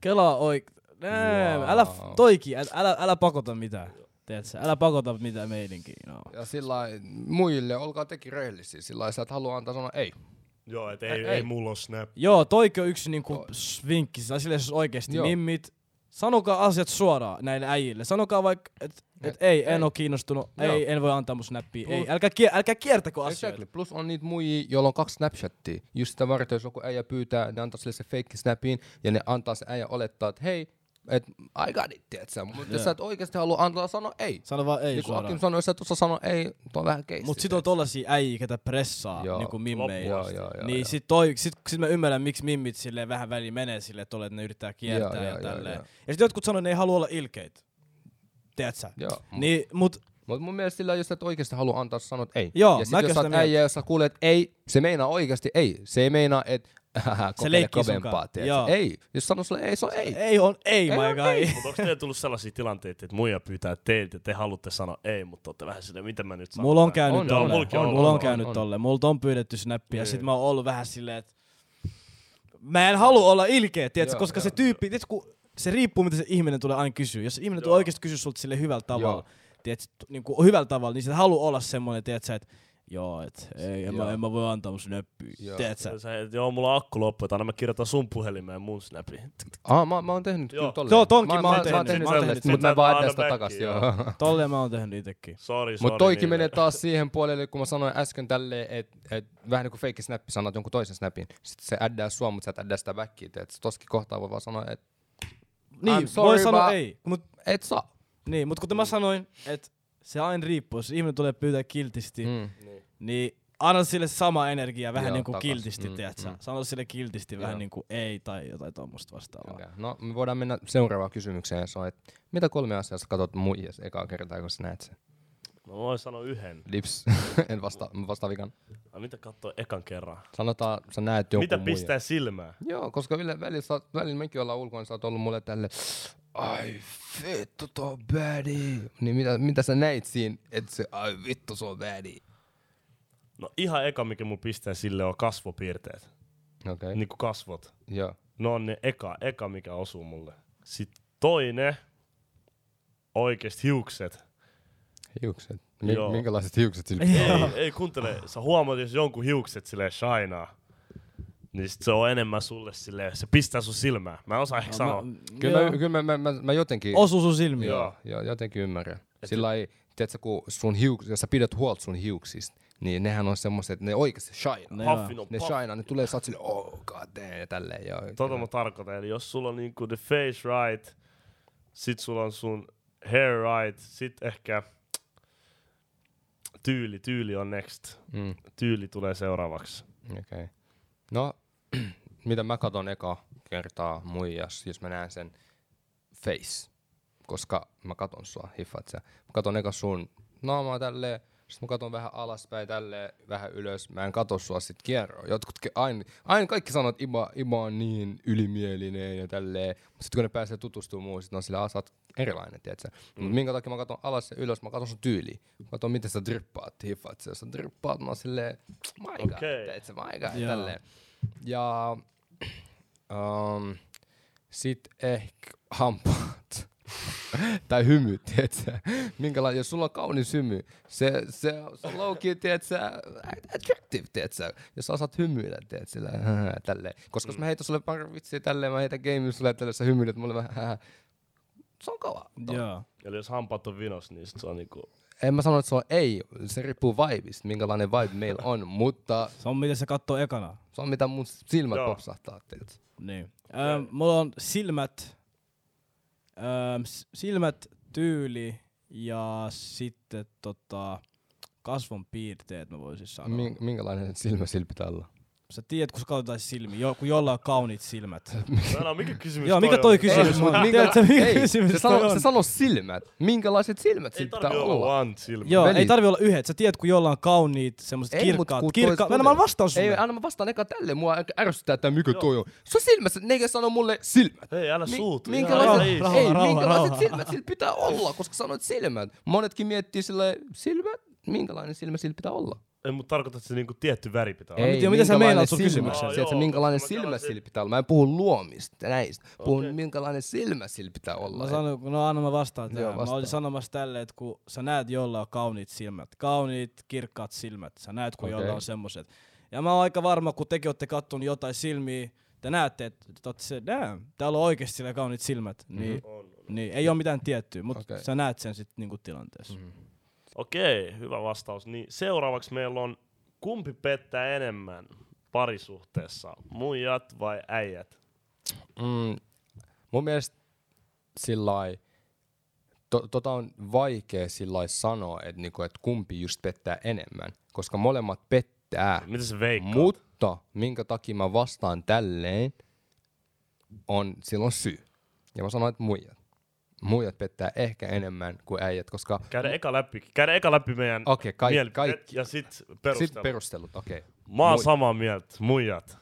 [SPEAKER 1] Kela oik... Nää,
[SPEAKER 2] Wow.
[SPEAKER 1] älä f- toiki, ä- älä, älä pakota mitään. Tiedätkö, älä pakota mitään meininkiä. No.
[SPEAKER 2] Ja sillä lailla muille, olkaa teki rehellisiä. Sillä lailla, sä et halua antaa sanoa ei.
[SPEAKER 3] Joo, et ei, ei,
[SPEAKER 2] Ei,
[SPEAKER 3] ei
[SPEAKER 2] ei.
[SPEAKER 3] mulla ole snap.
[SPEAKER 1] Joo, toikin on yksi niinku s- vinkki, tai sille jos oikeesti
[SPEAKER 2] Joo.
[SPEAKER 1] mimmit. Sanokaa asiat suoraan näille äijille. Sanokaa vaikka, että et, ei, en oo kiinnostunut,
[SPEAKER 2] Joo.
[SPEAKER 1] ei, en voi antaa mun snappia, ei,
[SPEAKER 2] Plus-
[SPEAKER 1] älkää, kier, älkää kiertäkö asioita.
[SPEAKER 2] Exactly. Plus on niitä muijia, joilla on kaksi Snapchattia. Just sitä varten, jos joku äijä pyytää, ne antaa sille se fake snapin ja ne antaa se äijä olettaa, että hei, et, I got it, tietsä. Mutta jos sä et oikeasti halua antaa sanoa ei.
[SPEAKER 1] Sano vaan ei
[SPEAKER 2] Niin kuin Akim
[SPEAKER 1] suoraan.
[SPEAKER 2] sanoi, jos sä et osaa sanoa ei, tuo on vähän keissi.
[SPEAKER 1] Mut sit on tollasia äijiä, ketä pressaa
[SPEAKER 2] Joo.
[SPEAKER 1] niinku mimmejä.
[SPEAKER 2] Loppuun asti. Joo, joo, joo,
[SPEAKER 1] niin
[SPEAKER 2] joo.
[SPEAKER 1] sit, toi, sit, sit mä ymmärrän, miksi mimmit silleen vähän väliin menee silleen tolle, että ne yrittää kiertää
[SPEAKER 2] Joo,
[SPEAKER 1] ja,
[SPEAKER 2] joo, joo,
[SPEAKER 1] tälleen.
[SPEAKER 2] joo.
[SPEAKER 1] Ja sit jotkut sanoo, että ne ei halua olla ilkeitä. Teet sä?
[SPEAKER 2] Joo.
[SPEAKER 1] Niin, mut
[SPEAKER 2] Mut mun mielestä sillä, jos sä et oikeasti halua antaa sanoa, että ei.
[SPEAKER 1] Joo,
[SPEAKER 2] ja sit
[SPEAKER 1] mäkin
[SPEAKER 2] jos
[SPEAKER 1] oon
[SPEAKER 2] sä oot
[SPEAKER 1] sitä
[SPEAKER 2] äijä, jos sä kuulet, että ei, se meinaa oikeasti ei. Se ei meinaa, *laughs* että kokeile
[SPEAKER 1] leikkii sun
[SPEAKER 2] kovempaa,
[SPEAKER 1] kanssa.
[SPEAKER 2] tietsä.
[SPEAKER 1] Joo.
[SPEAKER 2] Ei, jos sanoo sulle ei, se on ei.
[SPEAKER 1] ei on, ei,
[SPEAKER 2] Ei niin.
[SPEAKER 1] my
[SPEAKER 2] on,
[SPEAKER 1] guy.
[SPEAKER 3] Mutta onko teillä tullut sellaisia tilanteita, että muija pyytää teiltä, että te haluatte sanoa ei, mutta olette vähän silleen, mitä mä nyt sanon?
[SPEAKER 1] Mulla on
[SPEAKER 3] tähän?
[SPEAKER 1] käynyt
[SPEAKER 2] On,
[SPEAKER 1] tolle.
[SPEAKER 2] on,
[SPEAKER 3] mullakin on ollut,
[SPEAKER 1] mulla on,
[SPEAKER 3] on,
[SPEAKER 1] käynyt
[SPEAKER 2] on.
[SPEAKER 1] tolle. Multa on pyydetty snappia.
[SPEAKER 3] Niin.
[SPEAKER 1] Sit mä oon ollut vähän silleen, että mä en halua olla ilkeä, tiedätkö,
[SPEAKER 2] Joo,
[SPEAKER 1] koska
[SPEAKER 2] joo,
[SPEAKER 1] se tyyppi, tiedätkö, kun se riippuu, mitä se ihminen tulee aina kysyä. Jos se ihminen tulee
[SPEAKER 3] Joo.
[SPEAKER 1] oikeasti kysyä sulta sille hyvällä tavalla,
[SPEAKER 2] Joo.
[SPEAKER 1] tiedätkö, niin kuin hyvällä tavalla, niin se haluaa olla semmoinen, tiedätkö, että joo, et, ei, en, mä,
[SPEAKER 2] Joo.
[SPEAKER 1] en mä voi antaa mun snappia,
[SPEAKER 2] Joo.
[SPEAKER 1] tiedätkö.
[SPEAKER 3] Sä, et, joo, mulla on akku loppu, että aina mä kirjoitan sun puhelimeen mun snapiin.
[SPEAKER 2] Ah, mä, mä oon tehnyt
[SPEAKER 3] Joo.
[SPEAKER 2] kyllä tolleen.
[SPEAKER 1] Joo, tonkin mä oon
[SPEAKER 2] Mä
[SPEAKER 1] tehnyt.
[SPEAKER 2] oon tehnyt
[SPEAKER 1] Mä oon tehnyt
[SPEAKER 2] tolleen,
[SPEAKER 1] sen.
[SPEAKER 2] mutta
[SPEAKER 3] Mä
[SPEAKER 2] mä vaan
[SPEAKER 3] aina
[SPEAKER 2] edes sitä
[SPEAKER 3] backin,
[SPEAKER 2] takas,
[SPEAKER 3] joo.
[SPEAKER 2] joo.
[SPEAKER 1] Tolleen mä oon tehnyt itekin.
[SPEAKER 3] Sori, sori.
[SPEAKER 2] Mutta toikin
[SPEAKER 3] niille.
[SPEAKER 2] menee taas siihen puolelle, kun mä sanoin äsken tälleen, että et, vähän niin kuin fake snappi, sanot jonkun toisen snapin. Sitten se äddää sua, mutta sä et äddää sitä backia. Et toskin kohtaa voi vaan sanoa, että
[SPEAKER 1] Niin, voi
[SPEAKER 2] sorry,
[SPEAKER 1] sanoa
[SPEAKER 2] but-
[SPEAKER 1] ei, mut
[SPEAKER 2] et saa.
[SPEAKER 1] Niin, mutta kuten mä sanoin, että se aina riippuu, jos ihminen tulee pyytää kiltisti, mm.
[SPEAKER 2] Mm.
[SPEAKER 1] niin anna sille sama energia vähän
[SPEAKER 2] Joo,
[SPEAKER 1] niin kuin
[SPEAKER 2] takas.
[SPEAKER 1] kiltisti, mm,
[SPEAKER 2] Mm,
[SPEAKER 1] tiedätkö? Mm.
[SPEAKER 2] mm.
[SPEAKER 1] Sano sille kiltisti
[SPEAKER 2] Joo.
[SPEAKER 1] vähän niin kuin ei tai jotain tuommoista vastaavaa. Okay.
[SPEAKER 2] Okay. No, me voidaan mennä seuraavaan kysymykseen. Se on, että mitä kolme asiaa sä katsot muijas ekaa kertaa, kun sä näet sen?
[SPEAKER 3] Mä voin sanoa yhden.
[SPEAKER 2] Lips. *laughs* en vastaa, mä vastaan vikan.
[SPEAKER 3] Ai, mitä kattoo ekan kerran?
[SPEAKER 2] Sanotaan, sä näet jonkun
[SPEAKER 3] mitä
[SPEAKER 2] muijan.
[SPEAKER 3] pistää silmään?
[SPEAKER 2] Joo, koska yle, välillä, sä, oot- välillä mekin ollaan ulkoa, niin sä oot ollut mulle tälle, ai vittu, to on baddie. Niin mitä, mitä sä näit siinä, että se, ai vittu, se on baddie.
[SPEAKER 3] No ihan eka, mikä mun pistää sille on kasvopiirteet.
[SPEAKER 2] Okei, okay.
[SPEAKER 3] Niinku kasvot.
[SPEAKER 2] joo.
[SPEAKER 3] No on ne eka, eka mikä osuu mulle. Sitten toinen, oikeesti hiukset.
[SPEAKER 2] Hiukset.
[SPEAKER 3] Joo.
[SPEAKER 2] Mi- minkälaiset hiukset sillä
[SPEAKER 3] ei, ei kuuntele, sä huomaat, jos jonkun hiukset silleen shinaa, niin sit se on enemmän sulle silleen, se pistää sun silmään. Mä en osaa ehkä sanoa.
[SPEAKER 2] Kyllä, mä,
[SPEAKER 1] Joo.
[SPEAKER 2] kyllä mä, mä, mä, mä jotenkin,
[SPEAKER 1] Osu sun silmiin.
[SPEAKER 2] joo, joo, jotenkin ymmärrän. Sillä ei, tiedätkö, kun sun hiuks, jos sä pidät huolta sun hiuksista, niin nehän on semmoiset, että ne oikeasti shine.
[SPEAKER 1] Ne-
[SPEAKER 3] Haffin on
[SPEAKER 2] Ne
[SPEAKER 3] paff.
[SPEAKER 2] shine, ne tulee, sä oot silleen, oh god damn, ja tälleen. Joo,
[SPEAKER 3] Tota mä tarkoitan, eli jos sulla on niinku the face right, sit sulla on sun hair right, sit ehkä tyyli, tyyli on next.
[SPEAKER 2] Mm.
[SPEAKER 3] Tyyli tulee seuraavaksi.
[SPEAKER 2] Okei. Okay. No, *clears throat* mitä mä katon eka kertaa muijas, jos mä näen sen face, koska mä katon sua, hiffaat sä. Mä katon eka sun naamaa tälleen, sit mä katon vähän alaspäin tälleen, vähän ylös. Mä en kato sua sit kierroon. Jotkut ke- aina, aina kaikki sanoo, että Ima, Ima on niin ylimielinen ja tälleen. Mut sit kun ne pääsee tutustumaan muuhun, sit ne on sillä "Ah, sä oot erilainen, tiedätkö? Mm. Mut minkä takia mä katon alas ja ylös, mä katon sun tyyliin. Mä katon, miten sä drippaat, hiffaat sä. Jos sä drippaat, mä oon silleen, my god,
[SPEAKER 3] Okei.
[SPEAKER 2] okay. se my god,
[SPEAKER 1] Joo.
[SPEAKER 2] ja tälleen. Ja *clears throat* um, sit ehkä hampaat. *laughs* tai hymy, tiedätkö? Minkälainen, jos sulla on kaunis hymy, se, se, se on low-key, tiedätkö, attractive, tiedätkö? Jos sä osaat hymyillä, tiedätkö, sillä, *laughs* tälleen. Koska
[SPEAKER 1] Mm.
[SPEAKER 2] jos mä heitän sulle pari vitsiä tälleen, mä heitän gamein sulle tälleen, sä hymyilet mulle vähän, *laughs* se on kova.
[SPEAKER 1] Joo.
[SPEAKER 3] Eli jos hampaat on vinos, niin sit se on niinku...
[SPEAKER 2] En mä sano, että se on ei, se riippuu vibeista, minkälainen vibe meillä on, mutta
[SPEAKER 1] Se on miten se kattoo ekana.
[SPEAKER 2] se on mitä mun silmät
[SPEAKER 3] Joo.
[SPEAKER 2] popsahtaa, tiedätkö?
[SPEAKER 1] Niin. Ähm, mulla on silmät, ähm, s- silmät, tyyli ja sitten tota, kasvon piirteet mä voisin sanoa. Min-
[SPEAKER 2] Min- minkälainen silmä sillä pitää olla?
[SPEAKER 1] sä tiedät, kun sä katsotaan silmiä, jo, kun jolla on kauniit silmät.
[SPEAKER 3] Älä, mikä kysymys
[SPEAKER 1] Joo,
[SPEAKER 3] toi
[SPEAKER 1] mikä
[SPEAKER 3] on?
[SPEAKER 1] toi kysymys
[SPEAKER 2] Ei,
[SPEAKER 1] on?
[SPEAKER 2] mut minkä-
[SPEAKER 1] Tiedätkö, mikä
[SPEAKER 2] ei,
[SPEAKER 1] kysymys
[SPEAKER 2] se
[SPEAKER 1] toi
[SPEAKER 2] sano,
[SPEAKER 1] on?
[SPEAKER 2] se sano silmät. Minkälaiset silmät
[SPEAKER 3] Ei
[SPEAKER 2] sillä pitää
[SPEAKER 3] tarvitse
[SPEAKER 2] olla?
[SPEAKER 3] olla vaan silmä.
[SPEAKER 1] Joo, ei
[SPEAKER 2] Velit.
[SPEAKER 1] tarvi olla yhdet. Sä tiedät, kun jolla on kauniit, semmoset
[SPEAKER 2] mut
[SPEAKER 1] kirkkaat.
[SPEAKER 2] kun toi
[SPEAKER 1] Kirkkaat.
[SPEAKER 2] tulee-
[SPEAKER 1] Mä annan vastaan sulle.
[SPEAKER 2] Ei, anna mä vastaan eka tälle. Mua ärsyttää, että mikä toi on. Se on silmät. Se- Ne sano mulle silmät.
[SPEAKER 3] Hei, älä
[SPEAKER 2] Mi-
[SPEAKER 3] suutu. ihan
[SPEAKER 2] minkälaiset,
[SPEAKER 1] rauha,
[SPEAKER 3] easy.
[SPEAKER 1] rauha.
[SPEAKER 2] ei, minkälaiset silmät sillä pitää olla, koska sanoit silmät. Monetkin miettii sille silmät. Minkälainen silmä sillä pitää olla?
[SPEAKER 3] Ei, mut tarkoitat, että se niinku tietty väri pitää olla.
[SPEAKER 1] Ei. mitä- mitä sä
[SPEAKER 2] minkälainen
[SPEAKER 1] meinaat sun
[SPEAKER 2] silmä-
[SPEAKER 1] kysymyksellä?
[SPEAKER 2] Tiedätkö,
[SPEAKER 3] Joo,
[SPEAKER 2] minkälainen
[SPEAKER 3] mä tiedän
[SPEAKER 2] silmä
[SPEAKER 3] sen.
[SPEAKER 2] sillä pitää olla? Mä en puhu luomista näistä. Puhun
[SPEAKER 3] Okei.
[SPEAKER 2] minkälainen silmä sillä pitää olla.
[SPEAKER 1] Mä sanon, no anna mä vastaan
[SPEAKER 2] Joo,
[SPEAKER 1] tähän. Mä
[SPEAKER 2] vastaa.
[SPEAKER 1] olin sanomassa tälleen, että kun sä näet jolla on kauniit silmät, kauniit kirkkaat silmät, sä näet kun okay. jolla
[SPEAKER 2] Okei.
[SPEAKER 1] on semmoset. Ja mä oon aika varma, kun tekin ootte kattonut jotain silmiä, te näette, että te ootte se, damn, täällä on oikeesti sillä kauniit silmät.
[SPEAKER 2] Mhm.
[SPEAKER 1] Niin, niin ei ole mitään tiettyä, mutta okay.
[SPEAKER 2] Okei. Mhm.
[SPEAKER 1] sä näet sen sitten niinku tilanteessa. Mm.
[SPEAKER 3] Okei, hyvä vastaus. Niin seuraavaksi meillä on kumpi pettää enemmän parisuhteessa, muijat vai äijät?
[SPEAKER 2] Mm, mun mielestä sillä lailla- to, tota on vaikea sillä lailla sanoa, että niinku, et kumpi just pettää enemmän, koska molemmat pettää.
[SPEAKER 3] Mitä se veikkaa?
[SPEAKER 2] Mutta minkä takia mä vastaan tälleen, on silloin syy. Ja mä sanoin, että muijat. Muijat pettää ehkä enemmän kuin äijät, koska...
[SPEAKER 3] Käydä eka läpi, käydä eka läpi meidän
[SPEAKER 2] Okei, kaik-
[SPEAKER 3] mielipiteet
[SPEAKER 2] kaikki-
[SPEAKER 3] ja sit perustella.
[SPEAKER 2] Sitten perustelut, okei. Okay.
[SPEAKER 3] Mä oon samaa mieltä, muijat.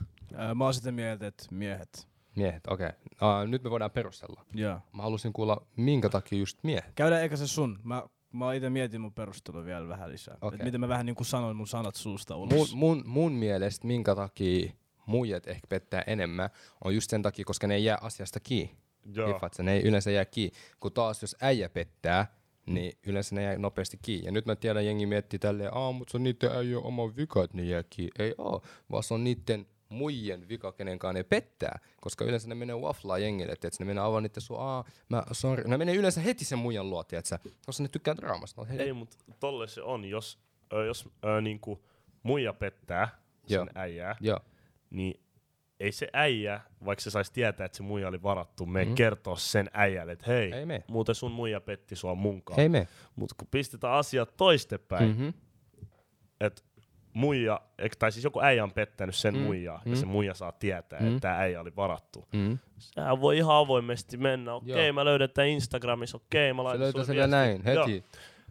[SPEAKER 1] Mä oon sitä mieltä, että miehet.
[SPEAKER 2] Miehet, okei. Okay. Uh, nyt me voidaan perustella.
[SPEAKER 1] Joo.
[SPEAKER 2] Mä halusin kuulla, minkä takia just miehet.
[SPEAKER 1] Käydään eikä se sun. Mä, mä itse mietin mun perustelua vielä vähän lisää. Okay.
[SPEAKER 2] Okei.
[SPEAKER 1] Et miten mä vähän niinku sanoin mun sanat suusta ulos.
[SPEAKER 2] mun, mun, mun mielestä minkä takia muijat ehkä pettää enemmän on just sen takia, koska ne ei jää asiasta kiinni.
[SPEAKER 3] Joo.
[SPEAKER 2] Hiffatse, ne ei yleensä jää kiinni. Kun taas jos äijä pettää, niin yleensä ne jää nopeasti kiinni. Ja nyt mä tiedän, jengi miettii tälleen, aa, mutta se on niiden äijä oma vika, että ne jää kiinni. Ei oo, vaan se on niiden muijen vika, kenenkaan ne pettää. Koska yleensä ne menee waflaa jengille, että ne menee avaa niiden sua, aa, mä, sorry. Ne menee yleensä heti sen muijan luo, tiiätsä, koska ne tykkää draamasta. No, hei,
[SPEAKER 3] Ei, mut tolle se on, jos, ö, jos ö, niinku, muija pettää sen
[SPEAKER 2] Joo.
[SPEAKER 3] äijää,
[SPEAKER 2] Joo.
[SPEAKER 3] niin ei se äijä, vaikka se saisi tietää, että se muija oli varattu, me mm. kertoa sen äijälle, että hei,
[SPEAKER 2] Mhm. Ei mene.
[SPEAKER 3] muuten sun muija petti sua munkaan.
[SPEAKER 2] Hei me.
[SPEAKER 3] Mutta kun pistetään asiat toistepäin, mm-hmm.
[SPEAKER 2] Mhm.
[SPEAKER 3] että muija, ek- tai siis joku äijä on pettänyt sen
[SPEAKER 2] Mhm.
[SPEAKER 3] mm-hmm. muijaa, ja se muija saa tietää, mm-hmm. että tämä äijä oli varattu.
[SPEAKER 2] Mm.
[SPEAKER 3] Sehän voi ihan avoimesti mennä, okei
[SPEAKER 2] Joo.
[SPEAKER 3] mä löydän tämän Instagramissa, okei mä
[SPEAKER 2] Se
[SPEAKER 3] laitan
[SPEAKER 2] löytää
[SPEAKER 3] sulle
[SPEAKER 2] sen vielä
[SPEAKER 3] viestin.
[SPEAKER 2] näin, heti.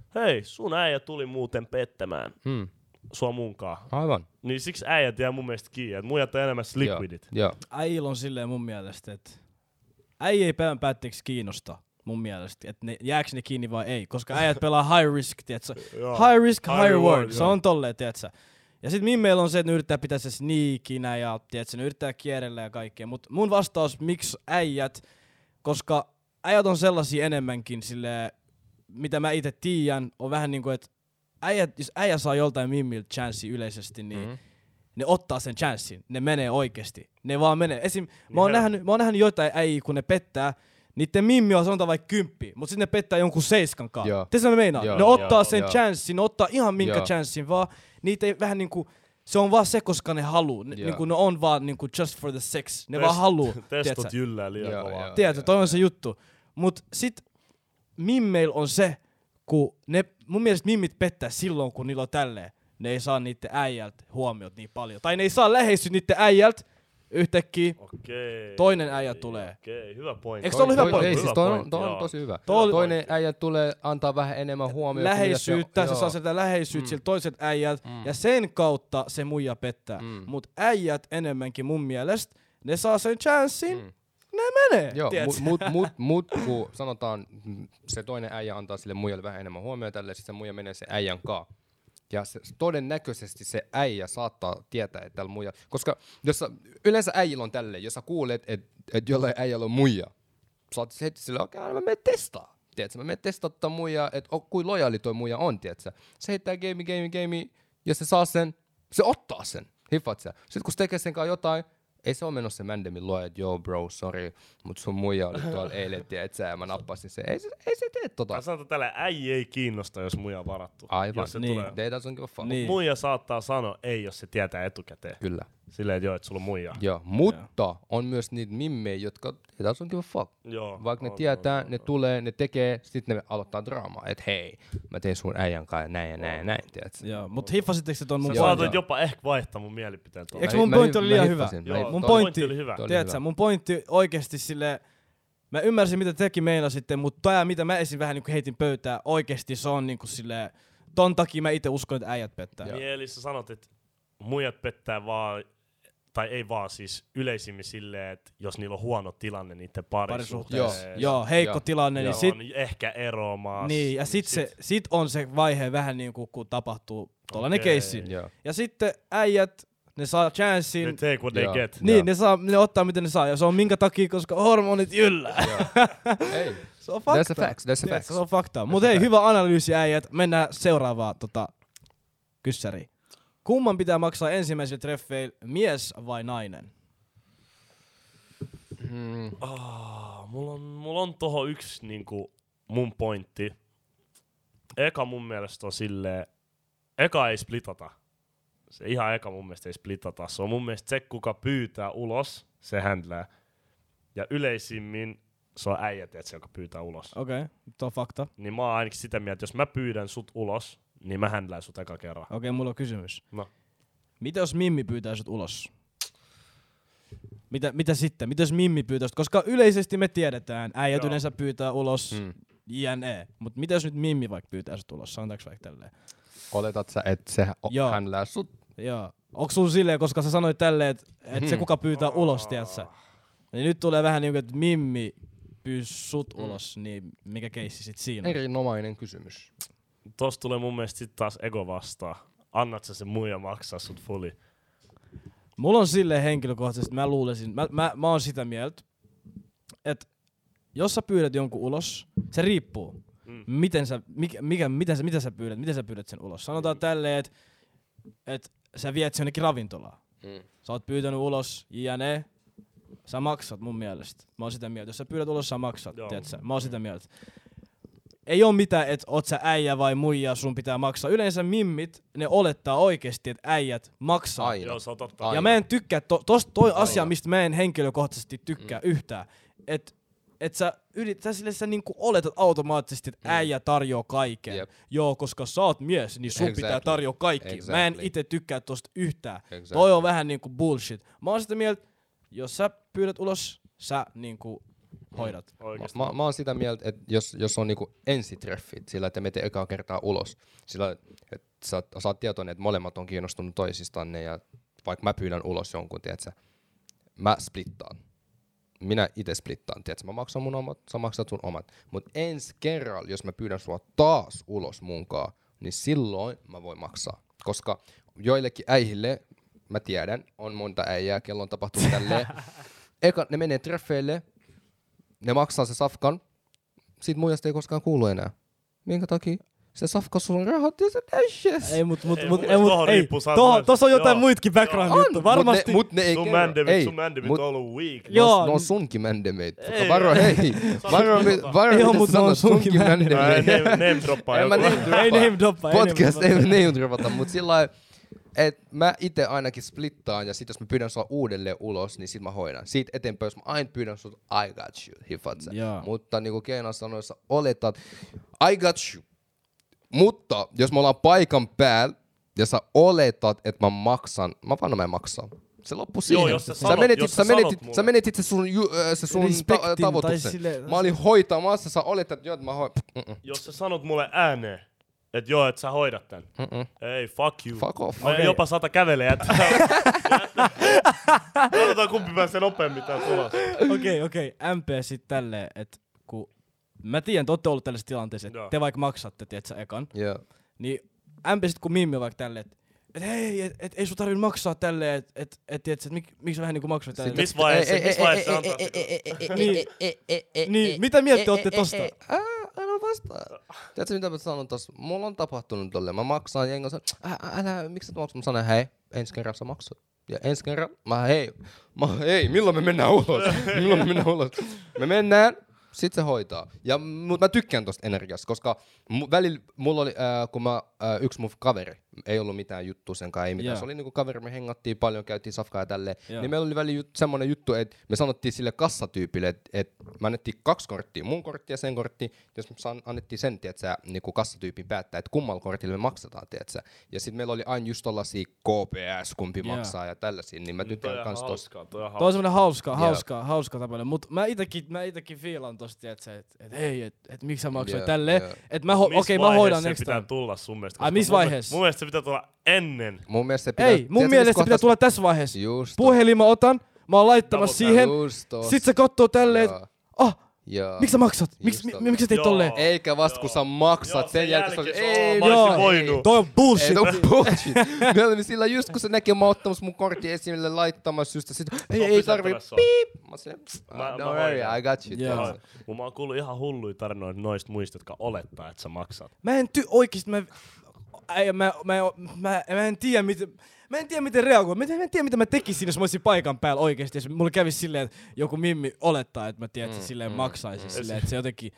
[SPEAKER 3] Joo. hei, sun äijä tuli muuten pettämään
[SPEAKER 2] Mm.
[SPEAKER 3] sua munkaan.
[SPEAKER 2] Aivan.
[SPEAKER 3] Niin siksi äijät jää mun mielestä kiinni, että muijat on enemmän liquidit. *laughs*
[SPEAKER 2] Joo. Joo.
[SPEAKER 1] Äijillä on silleen mun mielestä, että äijä ei päivän päätteeksi kiinnosta mun mielestä, että ne, jääks ne kiinni vai ei, koska äijät pelaa high risk, tietsä.
[SPEAKER 3] Joo.
[SPEAKER 1] High risk, high,
[SPEAKER 3] High
[SPEAKER 1] reward,
[SPEAKER 3] reward,
[SPEAKER 1] se
[SPEAKER 3] joo.
[SPEAKER 1] on tolleen, tietsä. Ja sit minun meillä on se, että ne yrittää pitää se sneakinä ja tietsä, ne yrittää kierrellä ja kaikkea, mut mun vastaus, miksi äijät, koska äijät on sellaisia enemmänkin sille, mitä mä itse tiedän, on vähän niinku, että äijät, jos äijä saa joltain mimmiltä chanssi yleisesti, niin mm ne ottaa sen chanssin, ne menee oikeesti. Ne vaan menee. Esim, mä, oon
[SPEAKER 3] Niin
[SPEAKER 1] nähnyt, mä oon nähnyt joitain äijä, kun ne pettää, niiden mimmi on sanotaan vaikka kymppi, mutta sitten ne pettää jonkun seiskan kanssa.
[SPEAKER 2] Joo.
[SPEAKER 1] Te mä meinaan.
[SPEAKER 2] Joo,
[SPEAKER 1] ne ottaa
[SPEAKER 2] joo,
[SPEAKER 1] sen
[SPEAKER 2] joo.
[SPEAKER 1] chanssin, ne ottaa ihan minkä
[SPEAKER 2] Joo.
[SPEAKER 1] chanssin vaan. Niitä ei vähän niinku, se on vaan se, koska ne haluu. Ne,
[SPEAKER 2] Joo.
[SPEAKER 1] niinku, ne on vaan niinku just for the sex. Ne
[SPEAKER 3] Test-
[SPEAKER 1] vaan haluu. tiedätkö?
[SPEAKER 3] Testot jyllää liian
[SPEAKER 2] Joo,
[SPEAKER 3] kovaa.
[SPEAKER 2] joo.
[SPEAKER 1] Tiedätkö, toi on se juttu. Mut sit mimmeil on se, kun ne, mun mielestä mimmit pettää silloin, kun niillä on tälleen. Ne ei saa niiden äijältä huomiot niin paljon. Tai ne ei saa läheisyyttä niiden äijältä yhtäkkiä.
[SPEAKER 3] Okei.
[SPEAKER 1] Toinen äijä tulee.
[SPEAKER 3] Okei, hyvä pointti.
[SPEAKER 1] Eikö se ollut hyvä
[SPEAKER 2] Toi-
[SPEAKER 1] pointti?
[SPEAKER 2] Ei, siis toi on, toi
[SPEAKER 3] Joo.
[SPEAKER 2] on tosi hyvä.
[SPEAKER 1] Toi oli-
[SPEAKER 2] Toinen äijä tulee antaa vähän enemmän huomiota. kuin mitä
[SPEAKER 1] Läheisyyttä,
[SPEAKER 2] on-
[SPEAKER 1] se
[SPEAKER 2] joo.
[SPEAKER 1] saa sitä läheisyyttä mm. sillä toiset äijät. Ja sen kautta se muija pettää. Mm. Mut äijät enemmänkin mun mielestä, ne saa sen chanssin, mm. ne menee.
[SPEAKER 2] Joo,
[SPEAKER 1] tiedätkö?
[SPEAKER 2] mut, mut, mut, mut kun sanotaan, mm, se toinen äijä antaa sille muijalle vähän enemmän huomiota, tälle, sitten se muija menee sen äijän kaa. Ja se, todennäköisesti se äijä saattaa tietää, että tällä muija... Koska jos sä, yleensä äijillä on tälle, jos sä kuulet, että et jollain äijällä on muija, sä oot heti silleen, okei, okay, mä menen testaa. Tiedätkö, mä menen testaa tätä muijaa, että oh, kuin lojaali toi muija on, tiedätkö. Se heittää game, game, game, ja se saa sen, se ottaa sen. Hiffaat sä. Sitten kun se tekee sen kanssa jotain, ei se ole menossa sen Mandemin luo, että joo bro, sorry, mut sun muija oli
[SPEAKER 3] *laughs*
[SPEAKER 2] tuolla eilen, tiedätkö, ja mä nappasin sen. Ei se, ei se tee tota.
[SPEAKER 3] Mä sanon, että tällä äijä ei kiinnosta, jos muija on varattu.
[SPEAKER 2] Aivan.
[SPEAKER 3] Jos se
[SPEAKER 1] Niin.
[SPEAKER 3] tulee.
[SPEAKER 2] They doesn't give a fuck.
[SPEAKER 1] Niin.
[SPEAKER 3] Muija saattaa sanoa ei, jos se tietää etukäteen.
[SPEAKER 2] Kyllä.
[SPEAKER 3] Silleen, että joo, että sulla on muija.
[SPEAKER 2] Joo, mutta on myös niitä mimmejä, jotka ei taas on give a fuck.
[SPEAKER 3] Joo,
[SPEAKER 2] Vaikka ne
[SPEAKER 3] on,
[SPEAKER 2] tietää, ne tulee, ne tekee, sitten ne aloittaa draamaa, että hei, mä tein sun äijän kanssa ja näin ja näin ja näin, tiedätkö?
[SPEAKER 1] Joo, mut hiffasitteko te ton mun
[SPEAKER 3] Sä
[SPEAKER 2] Joo,
[SPEAKER 3] saatoit
[SPEAKER 2] joo.
[SPEAKER 3] jopa ehkä vaihtaa mun mielipiteen tuolla.
[SPEAKER 1] Eikö
[SPEAKER 2] Mä-
[SPEAKER 1] mun
[SPEAKER 2] mä-
[SPEAKER 1] pointti oli
[SPEAKER 2] mä
[SPEAKER 1] liian hyvä?
[SPEAKER 2] hiffasin, mä
[SPEAKER 3] Joo,
[SPEAKER 2] hiffasin.
[SPEAKER 1] mun
[SPEAKER 3] toi
[SPEAKER 1] pointti,
[SPEAKER 3] pointti oli hyvä.
[SPEAKER 2] Toi oli
[SPEAKER 1] Tiedätkö,
[SPEAKER 2] hyvä.
[SPEAKER 1] mun pointti oikeasti sille, mä ymmärsin mitä teki meillä sitten, mutta tämä mitä mä esim vähän niinku heitin pöytää, oikeasti se on niinku sille, ton takia mä itse uskon, että äijät pettää.
[SPEAKER 3] Niin, eli sä sanot, että muijat pettää vaan, tai ei vaan siis yleisimmin silleen, että jos niillä on huono tilanne niiden parisuhteessa.
[SPEAKER 1] Parisuhteessa. Joo, heikko
[SPEAKER 2] Joo.
[SPEAKER 1] tilanne,
[SPEAKER 3] Niin
[SPEAKER 1] niin
[SPEAKER 3] joo, sit,
[SPEAKER 1] sit,
[SPEAKER 3] on ehkä eroamassa.
[SPEAKER 1] niin, ja sit, se, sit on se vaihe vähän niinku, kun tapahtuu tollanen
[SPEAKER 3] Okei.
[SPEAKER 1] keissi.
[SPEAKER 2] Joo.
[SPEAKER 1] Ja sitten äijät, ne saa chanssin,
[SPEAKER 3] They take what they
[SPEAKER 2] Joo.
[SPEAKER 3] get.
[SPEAKER 1] niin
[SPEAKER 2] Joo.
[SPEAKER 1] ne, saa, ne ottaa miten ne saa, ja se on minkä takia, koska hormonit yllä.
[SPEAKER 2] Hei,
[SPEAKER 1] Se on fakta.
[SPEAKER 2] that's a fact, that's a
[SPEAKER 1] Tiedätkö,
[SPEAKER 2] fact.
[SPEAKER 1] Se on fakta. Mutta hei, hyvä analyysi äijät. Mennään seuraavaan tota, kyssäriin. Kumman pitää maksaa ensimmäisillä treffeillä, mies vai nainen?
[SPEAKER 3] Ah, mulla on, mulla on toho yksi niinku, mun pointti. Eka mun mielestä on silleen, eka ei splitata. Se ihan eka mun mielestä ei splitata. Se on mun mielestä se, kuka pyytää ulos, se händlää. Ja yleisimmin se on äijät, että se, joka pyytää ulos.
[SPEAKER 1] Okei, okay, on fakta. Okei,
[SPEAKER 3] Niin mä oon ainakin sitä mieltä, että jos mä pyydän sut ulos, niin mä händlään sut eka kerran.
[SPEAKER 1] okay, mulla on kysymys.
[SPEAKER 3] No.
[SPEAKER 1] Mitä jos Mimmi pyytää sut ulos? Mitä, mitä sitten? Mitä jos Mimmi pyytää sut? Koska yleisesti me tiedetään, äijät
[SPEAKER 3] Joo.
[SPEAKER 1] yleensä pyytää ulos, mm. jne. Mutta mitä jos nyt Mimmi vaikka pyytää sut ulos? Sanotaanko vaikka tälleen?
[SPEAKER 2] Oletat sä, että se o-
[SPEAKER 1] Joo.
[SPEAKER 2] hän lää sut?
[SPEAKER 1] Joo. Onko sun silleen, koska sä sanoit tälleen, että et se kuka pyytää ulos, tiedätkö? Niin nyt tulee vähän niinku, että Mimmi pyys sut ulos, niin mikä keissi sit siinä on?
[SPEAKER 2] Erinomainen kysymys.
[SPEAKER 3] Tossa tulee mun mielestä sit taas ego vastaan. Annat sä sen muija maksaa sut fully.
[SPEAKER 1] Mulla on silleen henkilökohtaisesti, mä luulisin, mä, mä, mä oon sitä mieltä, että jos sä pyydät jonkun ulos, se riippuu. Mm. Miten sä, mikä, mikä, miten sä, mitä sä pyydät, miten sä pyydät sen ulos. Sanotaan mm. tälleen, että et sä viet sen jonnekin ravintolaan. Mm. Sä oot pyytänyt ulos, jne. Sä maksat mun mielestä. Mä oon sitä mieltä. Jos sä pyydät ulos, sä maksat,
[SPEAKER 3] Joo.
[SPEAKER 1] tiedätkö? Mä oon sitä mieltä. Ei oo mitään, että oot sä äijä vai muija, sun pitää maksaa. Yleensä mimmit, ne olettaa oikeasti, että äijät maksaa.
[SPEAKER 2] Aina.
[SPEAKER 3] Joo, se on totta.
[SPEAKER 1] Ja
[SPEAKER 2] Aivan.
[SPEAKER 1] mä en tykkää, to, tos, toi asia, mistä mä en henkilökohtaisesti tykkää mm. yhtään, että et sä, yrit, sä, sille, sä niinku oletat automaattisesti, että äijä tarjoaa kaiken.
[SPEAKER 2] Mm. Jep.
[SPEAKER 1] Joo, koska sä oot mies, niin sun pitää
[SPEAKER 2] Exactly.
[SPEAKER 1] tarjoa kaikki. Mä en
[SPEAKER 2] Exactly.
[SPEAKER 1] itse tykkää tosta yhtään.
[SPEAKER 2] Exactly.
[SPEAKER 1] Toi on vähän niinku bullshit. Mä oon sitä mieltä, jos sä pyydät ulos, sä niinku hoidat.
[SPEAKER 3] Oikeesti.
[SPEAKER 2] Mä, mä, mä oon sitä mieltä, että jos, jos on niinku ensitreffit sillä, että me te ekaa kertaa ulos, sillä että sä, oot- sä oot tietoinen, että molemmat on kiinnostunut toisistanne ja vaikka mä pyydän ulos jonkun, tiedätkö, mä splittaan. Minä itse splittaan, tiedätkö, mä maksan mun omat, sä maksat sun omat. Mutta ensi kerralla, jos mä pyydän sua taas ulos munkaan, niin silloin mä voin maksaa. Koska joillekin äihille, mä tiedän, on monta äijää, kello on
[SPEAKER 1] *laughs*
[SPEAKER 2] tapahtunut tälleen. Eka ne menee treffeille, ne maksaa se safkan, siitä muijasta ei koskaan kuulu enää. Minkä takia? Se safka sulla on rahat ja se dashes.
[SPEAKER 1] Ei, mut, mut,
[SPEAKER 3] Ei,
[SPEAKER 1] mut,
[SPEAKER 3] mun
[SPEAKER 1] ei,
[SPEAKER 3] mielestä
[SPEAKER 1] mut,
[SPEAKER 3] tohon
[SPEAKER 1] ei.
[SPEAKER 3] riippuu sata-
[SPEAKER 1] Tohon, tossa on jotain
[SPEAKER 3] Joo.
[SPEAKER 1] muitkin background juttu, varmasti.
[SPEAKER 2] Mut ne, mut ne ei
[SPEAKER 3] Sun
[SPEAKER 2] kerro.
[SPEAKER 3] mandemit,
[SPEAKER 2] Ei,
[SPEAKER 3] sun mandemit
[SPEAKER 2] mut-
[SPEAKER 3] on ollut weak.
[SPEAKER 2] ne on-
[SPEAKER 1] Joo.
[SPEAKER 2] Ne on sunkin mändemeit.
[SPEAKER 3] Ei,
[SPEAKER 2] Varo,
[SPEAKER 3] ei. *laughs*
[SPEAKER 2] hei. Varo, mi- varo,
[SPEAKER 1] Joo,
[SPEAKER 2] mitä
[SPEAKER 1] mut
[SPEAKER 2] sä
[SPEAKER 1] ne on
[SPEAKER 2] sanot,
[SPEAKER 1] sunkin
[SPEAKER 2] sunkin
[SPEAKER 1] mändemeit.
[SPEAKER 3] Mä
[SPEAKER 2] mändemeit.
[SPEAKER 3] en name, name droppaa
[SPEAKER 2] niin. *laughs* En mä niin-
[SPEAKER 3] joku.
[SPEAKER 2] name droppaa.
[SPEAKER 1] Ei name droppaa, ei
[SPEAKER 2] Podcast
[SPEAKER 1] name
[SPEAKER 2] ei name dropata, mut sillä lailla, et mä itse ainakin splittaan ja sit jos mä pyydän sua uudelleen ulos, niin sit mä hoidan. Siitä eteenpäin, jos mä aina pyydän sut, I got you, hifat sä.
[SPEAKER 1] Joo.
[SPEAKER 2] Mutta niinku Keena sanoi, jos sä oletat, I got you. Mutta jos me ollaan paikan päällä ja sä oletat, että mä maksan, mä vaan mä en maksaa. Se loppu siihen.
[SPEAKER 3] jos sä
[SPEAKER 2] sä
[SPEAKER 3] sanot-
[SPEAKER 2] menetit,
[SPEAKER 3] jos
[SPEAKER 2] sä,
[SPEAKER 3] sä sanot
[SPEAKER 2] menetit,
[SPEAKER 3] mulle.
[SPEAKER 2] sä menetit se sun, ju, äh, se sun ta-
[SPEAKER 1] Respektin
[SPEAKER 2] tavoituksen.
[SPEAKER 1] tai sille-
[SPEAKER 2] Mä olin hoitamassa, sä oletat, että joo, että mä hoidan.
[SPEAKER 3] Jos sä sanot mulle ääneen, että joo, että sä hoidat tän. Ei, fuck you.
[SPEAKER 2] Fuck off.
[SPEAKER 3] Mä
[SPEAKER 1] Okei.
[SPEAKER 3] okay. jopa sata kävelee
[SPEAKER 2] *laughs*
[SPEAKER 3] jättää. Katsotaan kumpi pääsee nopeammin täältä ulos.
[SPEAKER 1] Okei, okei. MP sit tälleen, että kun mä tiedän, te ootte ollut tällaisessa tilanteessa, että
[SPEAKER 3] Joo.
[SPEAKER 1] te vaikka maksatte, tiedätkö, ekan.
[SPEAKER 2] Joo.
[SPEAKER 1] Niin MP sit kun Mimmi on vaikka tälleen, että et hei, et, et, ei sun tarvi maksaa tälleen, että et, et, tiedätkö, et, mik, miksi sä vähän niinku maksoit tälleen.
[SPEAKER 3] Missä vaiheessa, missä vaiheessa se antaa sitä?
[SPEAKER 1] Niin, niin, mitä mieltä te ootte tosta?
[SPEAKER 2] Ää, älä vastaa. Tiedätkö mitä mä sanon tossa? Mulla on tapahtunut tolle. Mä maksan jengon sanon, ää, ää, älä, miksi et maksa? Mä sanon, hei, ensi kerran sä maksat. Ja ensi kerran, mä hei, mä hei, milloin me mennään ulos? milloin me mennään ulos? Me mennään, sit se hoitaa. Ja mut mä tykkään tosta energiasta, koska mu, välillä mulla oli, ää, kun mä, ää, yksi mun kaveri, ei ollut mitään juttu sen kanssa, ei mitään.
[SPEAKER 1] Joo.
[SPEAKER 2] Se oli niinku kaveri, me hengattiin paljon, käytiin safkaa ja tälleen.
[SPEAKER 1] Joo.
[SPEAKER 2] Niin meillä oli välillä jut, semmoinen juttu, että me sanottiin sille kassatyypille, että et me annettiin kaksi korttia, mun kortti ja sen kortti. Jos me saan, annettiin sen, tiedätkö, niinku kassatyypin päättää, että kummalla kortilla me maksataan, tiedätkö. Ja sitten meillä oli aina just tollasia KPS, kumpi
[SPEAKER 1] Joo.
[SPEAKER 2] maksaa ja tällaisia, niin mä tykkään kans tosta.
[SPEAKER 3] Toi on
[SPEAKER 1] Toi
[SPEAKER 3] hauska.
[SPEAKER 1] on semmonen hauska, hauska, hauska tapainen, mut mä itekin, mä itekin fiilan tosta, että et, et, hei, että et, miksi sä maksoit
[SPEAKER 2] Joo,
[SPEAKER 1] tälleen,
[SPEAKER 2] joo.
[SPEAKER 1] että mä, ho-
[SPEAKER 3] Missä
[SPEAKER 1] okei, mä
[SPEAKER 3] vaiheessa
[SPEAKER 1] hoidan
[SPEAKER 3] se
[SPEAKER 1] next
[SPEAKER 3] pitää
[SPEAKER 1] time.
[SPEAKER 3] tulla sun mielestä?
[SPEAKER 1] Ai,
[SPEAKER 3] Koska
[SPEAKER 1] missä
[SPEAKER 3] mun-
[SPEAKER 1] vaiheessa?
[SPEAKER 3] Mun mielestä se pitää tulla ennen.
[SPEAKER 2] Mun mielestä se pitää...
[SPEAKER 1] Ei, mun
[SPEAKER 2] tiedätkö, missä
[SPEAKER 1] mielestä pitää
[SPEAKER 2] kohtaa-
[SPEAKER 1] tulla tässä vaiheessa.
[SPEAKER 2] Just tosta.
[SPEAKER 1] Puhelin mä otan, mä oon laittamassa
[SPEAKER 3] Tavoite-
[SPEAKER 1] siihen,
[SPEAKER 2] Just tosta.
[SPEAKER 1] sit se kattoo tälleen,
[SPEAKER 2] Joo.
[SPEAKER 1] että ah,
[SPEAKER 2] Joo.
[SPEAKER 1] miksi sä maksat? Miksi
[SPEAKER 2] Just
[SPEAKER 1] mi-
[SPEAKER 2] totta.
[SPEAKER 1] miksi sä teit
[SPEAKER 3] Joo.
[SPEAKER 1] tolleen?
[SPEAKER 2] Eikä vasta kun
[SPEAKER 3] Joo.
[SPEAKER 2] sä maksat,
[SPEAKER 3] Joo,
[SPEAKER 2] sen, jälkeen, se on, ei,
[SPEAKER 3] mä
[SPEAKER 1] joo,
[SPEAKER 3] olisin voinut.
[SPEAKER 1] Toi on bullshit.
[SPEAKER 2] Ei, no *laughs* bullshit. Me olimme sillä just kun se näki, mä oon ottamassa mun kortin esille laittamassa just sit, ei, ei tarvi,
[SPEAKER 3] pysäyttävässä
[SPEAKER 2] piip. Mä oon silleen, pff,
[SPEAKER 3] Mä- mä
[SPEAKER 2] don't worry,
[SPEAKER 3] hoidan.
[SPEAKER 2] I got you.
[SPEAKER 1] Joo.
[SPEAKER 2] tiedätkö.
[SPEAKER 3] Mun mä oon kuullut ihan hulluja tarinoita noista muista, jotka olettaa, että sä maksat.
[SPEAKER 1] Mä en ty oikeesti, mä, äijä, mä, mä, mä, mä, en tiedä miten, Mä en tiedä miten reagoin, mä en, mä en tiedä mitä mä tekisin, jos mä olisin paikan päällä oikeesti. Jos mulla kävisi silleen, että joku mimmi olettaa, että mä tiedän,
[SPEAKER 2] Mm,
[SPEAKER 1] että se silleen maksaisi. Silleen, että se jotenkin...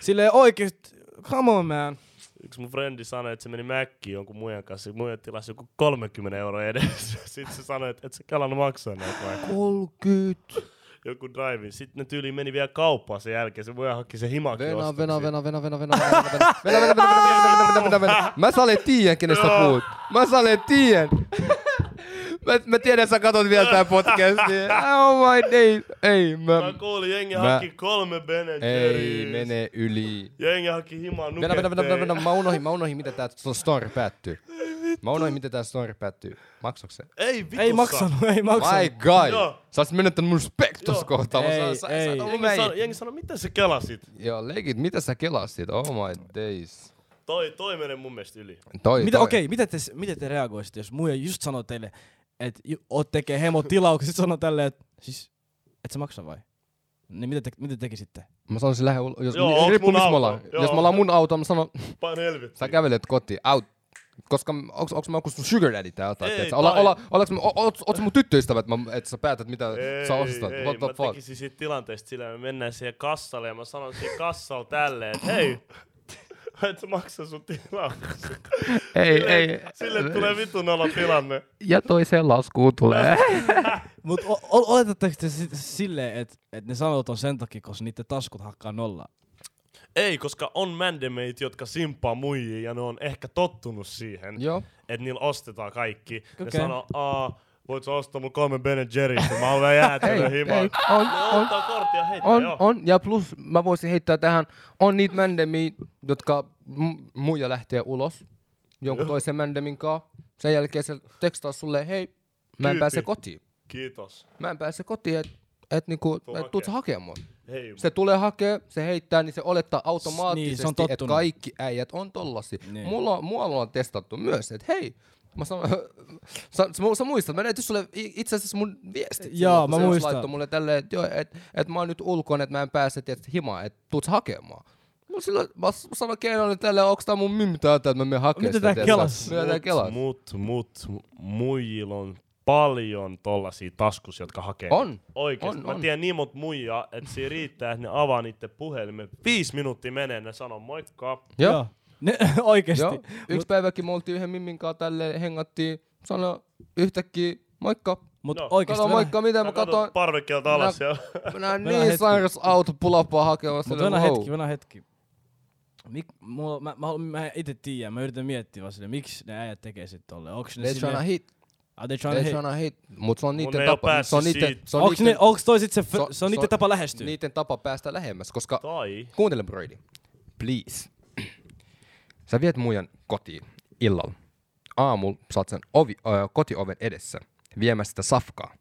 [SPEAKER 1] Silleen oikeesti, come on man.
[SPEAKER 3] Yksi mun frendi sanoi, että se meni Mäkkiin jonkun muijan kanssa. Muija tilasi joku 30 euroa edes. *laughs* Sitten se sanoi, että et sä kalan maksaa näitä vai?
[SPEAKER 2] 30.
[SPEAKER 3] Joku drive Sitten ne tyyli meni vielä kauppaan sen jälkeen. Se muija hakki sen himakin
[SPEAKER 2] Vena,
[SPEAKER 3] ostoksi.
[SPEAKER 2] vena, vena, vena, vena, vena, vena, vena, vena, vena, vena, vena, vena, vena, vena. Mä salen tiiän, kenestä
[SPEAKER 3] Joo.
[SPEAKER 2] puhut. Mä salen tiiän. Mä, mä tiedän, että sä katot vielä tää
[SPEAKER 3] *laughs*
[SPEAKER 2] podcastia. Oh my days. Ei, mä...
[SPEAKER 3] Mä kuulin, jengi
[SPEAKER 2] Mä-
[SPEAKER 3] haki kolme Ben
[SPEAKER 2] Ei,
[SPEAKER 3] Jerry's.
[SPEAKER 2] mene yli.
[SPEAKER 3] Jengi haki himaa
[SPEAKER 2] Venä, venä, venä, venä, venä,
[SPEAKER 3] nuketteja.
[SPEAKER 2] mä unohdin, mä unohdin, miten tää story päättyy. Mä unohdin, miten tää story päättyy. Maksaks se?
[SPEAKER 3] Ei vitussa.
[SPEAKER 1] Ei maksanut, ei
[SPEAKER 2] My
[SPEAKER 1] maksanut.
[SPEAKER 2] god!
[SPEAKER 3] Joo.
[SPEAKER 2] Sä oot menettänyt mun spek tossa
[SPEAKER 3] Joo.
[SPEAKER 2] kohtaa. Mä
[SPEAKER 1] Ei,
[SPEAKER 2] saan- sä-
[SPEAKER 1] ei.
[SPEAKER 2] sä et ollut
[SPEAKER 3] Jengi, sano,
[SPEAKER 2] näin.
[SPEAKER 3] jengi sanoi, mitä sä kelasit?
[SPEAKER 2] Joo, legit, mitä sä kelasit? Oh my days.
[SPEAKER 3] Toi, toi menee mun mielestä yli.
[SPEAKER 2] Toi,
[SPEAKER 1] Mitä,
[SPEAKER 2] toi.
[SPEAKER 1] okei, mitä te, miten te reagoisitte, jos muija just sanoo teille, että ju- oot tekee hemotilauksia, *laughs* sit sanoo tälleen, että siis, et sä maksa vai? Niin mitä te, mitä te tekisitte?
[SPEAKER 2] Mä sanoisin lähde ulos. Jos,
[SPEAKER 3] Joo, onks
[SPEAKER 2] riippuu
[SPEAKER 3] mun
[SPEAKER 2] missä me
[SPEAKER 3] auto?
[SPEAKER 2] ollaan.
[SPEAKER 3] Joo.
[SPEAKER 2] Jos me ollaan mun auto, mä sanon,
[SPEAKER 3] Pain helvettiin.
[SPEAKER 2] sä kävelet kotiin, out. Koska m- onks, onks mä joku sun sugar daddy tää jotain?
[SPEAKER 3] Ei,
[SPEAKER 2] tiedätkö? Olla,
[SPEAKER 3] tai-
[SPEAKER 2] olla, ollaanko me, o- oots- oots mun tyttöystävä, että mä- että sä päätät mitä
[SPEAKER 3] Ei,
[SPEAKER 2] sä osastat?
[SPEAKER 3] ei,
[SPEAKER 2] What the
[SPEAKER 3] mä
[SPEAKER 2] fuck?
[SPEAKER 3] tekisin siitä tilanteesta sillä, me mennään siihen kassalle ja mä sanon siihen kassalla tälleen, että hei, *laughs* et sä maksa sun tilauksia.
[SPEAKER 2] Ei,
[SPEAKER 3] Sille tulee vitun olla tilanne.
[SPEAKER 2] Ja toiseen laskuun tulee.
[SPEAKER 1] Mut o- o- oletatteko te si- silleen, että et ne sanot on sen takia, koska niiden taskut hakkaa nollaa?
[SPEAKER 3] Ei, koska on mändemeit, jotka simppaa muijia ja ne on ehkä tottunut siihen,
[SPEAKER 2] Joo.
[SPEAKER 3] että niillä ostetaan kaikki. Okay. Ne
[SPEAKER 1] Okei.
[SPEAKER 3] sanoo, Aa, voit sä ostaa mun kolme Ben Jerrystä, mä oon vähän jäätelön himaan.
[SPEAKER 2] on,
[SPEAKER 3] No,
[SPEAKER 2] on,
[SPEAKER 3] ottaa korttia heittää,
[SPEAKER 2] on,
[SPEAKER 3] joo.
[SPEAKER 2] on, ja plus mä voisin heittää tähän, on niitä mändemiä, jotka m- muija lähtee ulos jonkun toisen mändemin kanssa. Sen jälkeen se tekstaa sulle, hei, mä en
[SPEAKER 3] Kyypi.
[SPEAKER 2] pääse kotiin.
[SPEAKER 3] Kiitos.
[SPEAKER 2] Mä en pääse kotiin, että et niinku,
[SPEAKER 3] Tuu
[SPEAKER 2] et tuut sä
[SPEAKER 3] hakee.
[SPEAKER 2] hakemaan. mua.
[SPEAKER 3] Hei,
[SPEAKER 2] Se tulee hakee, se heittää, niin se olettaa
[SPEAKER 1] niin, se
[SPEAKER 2] automaattisesti,
[SPEAKER 1] on
[SPEAKER 2] että
[SPEAKER 1] tottunut.
[SPEAKER 2] kaikki äijät on tollasi.
[SPEAKER 1] Niin.
[SPEAKER 2] Niin. Mulla, mulla on testattu myös, että hei, mä sanon, *laughs* sä, sä, mu- sä muistat, mä näytin sulle i- itse asiassa mun viestit.
[SPEAKER 1] Joo,
[SPEAKER 2] silloin, kun
[SPEAKER 1] mä
[SPEAKER 2] se jos
[SPEAKER 1] muistan.
[SPEAKER 2] Laittoi mulle tälleen, että joo, et, et mä oon nyt ulkoon, että mä en pääse tietysti himaan, että tuut sä hakemaan. Mulla silloin, mä s- sanoin keinoin, että tälleen, onks tää mun mimmi täältä, että mä menen hakemaan
[SPEAKER 1] Mitä
[SPEAKER 2] sitä.
[SPEAKER 1] tää
[SPEAKER 2] tiedätkö?
[SPEAKER 1] kelas?
[SPEAKER 2] Mitä tää kelas?
[SPEAKER 3] Mut, mut, mut, muijilla on paljon tollasia taskus, jotka hakee.
[SPEAKER 2] On.
[SPEAKER 3] niitä. Oikeesti.
[SPEAKER 2] On,
[SPEAKER 3] Mä
[SPEAKER 2] on.
[SPEAKER 3] tiedän niin mut muijaa, että siinä riittää, että ne avaa niiden puhelimen. Viisi minuuttia menee, ne sanoo moikka.
[SPEAKER 2] Joo.
[SPEAKER 1] Ne, *laughs* oikeesti.
[SPEAKER 2] Joo, yksi päiväkin me oltiin yhden mimmin kanssa tälleen, hengattiin, sanoi yhtäkkiä, moikka.
[SPEAKER 1] Mut
[SPEAKER 3] Joo.
[SPEAKER 1] oikeesti.
[SPEAKER 2] Kato
[SPEAKER 1] Venä-
[SPEAKER 2] moikka, mitä mä
[SPEAKER 3] Mä katon
[SPEAKER 2] katon.
[SPEAKER 3] parvekkeelta alas
[SPEAKER 2] Nä-
[SPEAKER 3] ja
[SPEAKER 2] Mä näen
[SPEAKER 1] Venä hetki.
[SPEAKER 2] niin sairas auto pulapaa hakemassa.
[SPEAKER 1] Mut venä hetki, venä hetki. Mik, mulla, mä, mä, haluan- mä, en ite tiedä, mä yritän miettiä vaan silleen, miksi ne äijät tekee sit tolle. Onks ne
[SPEAKER 2] They tryna
[SPEAKER 1] silleen...
[SPEAKER 2] hit,
[SPEAKER 1] Are they
[SPEAKER 2] they
[SPEAKER 1] trying to hit?
[SPEAKER 2] tryna hit. Mut se on
[SPEAKER 3] ne
[SPEAKER 2] niiden
[SPEAKER 3] ei oo
[SPEAKER 2] tapa. Se on
[SPEAKER 3] päässyt
[SPEAKER 2] niiden,
[SPEAKER 3] siitä.
[SPEAKER 2] se on
[SPEAKER 1] Onks, ne,
[SPEAKER 2] niiden,
[SPEAKER 1] onks toi sit se,
[SPEAKER 2] se
[SPEAKER 1] se,
[SPEAKER 2] on-
[SPEAKER 1] se on
[SPEAKER 2] se
[SPEAKER 1] niiden
[SPEAKER 2] on-
[SPEAKER 1] tapa lähestyä?
[SPEAKER 2] niiden tapa päästä lähemmäs, koska
[SPEAKER 3] tai.
[SPEAKER 2] kuuntele Brady. Please. Sä viet muijan kotiin illalla. Aamulla sä oot sen ovi, ö, kotioven edessä viemässä sitä safkaa.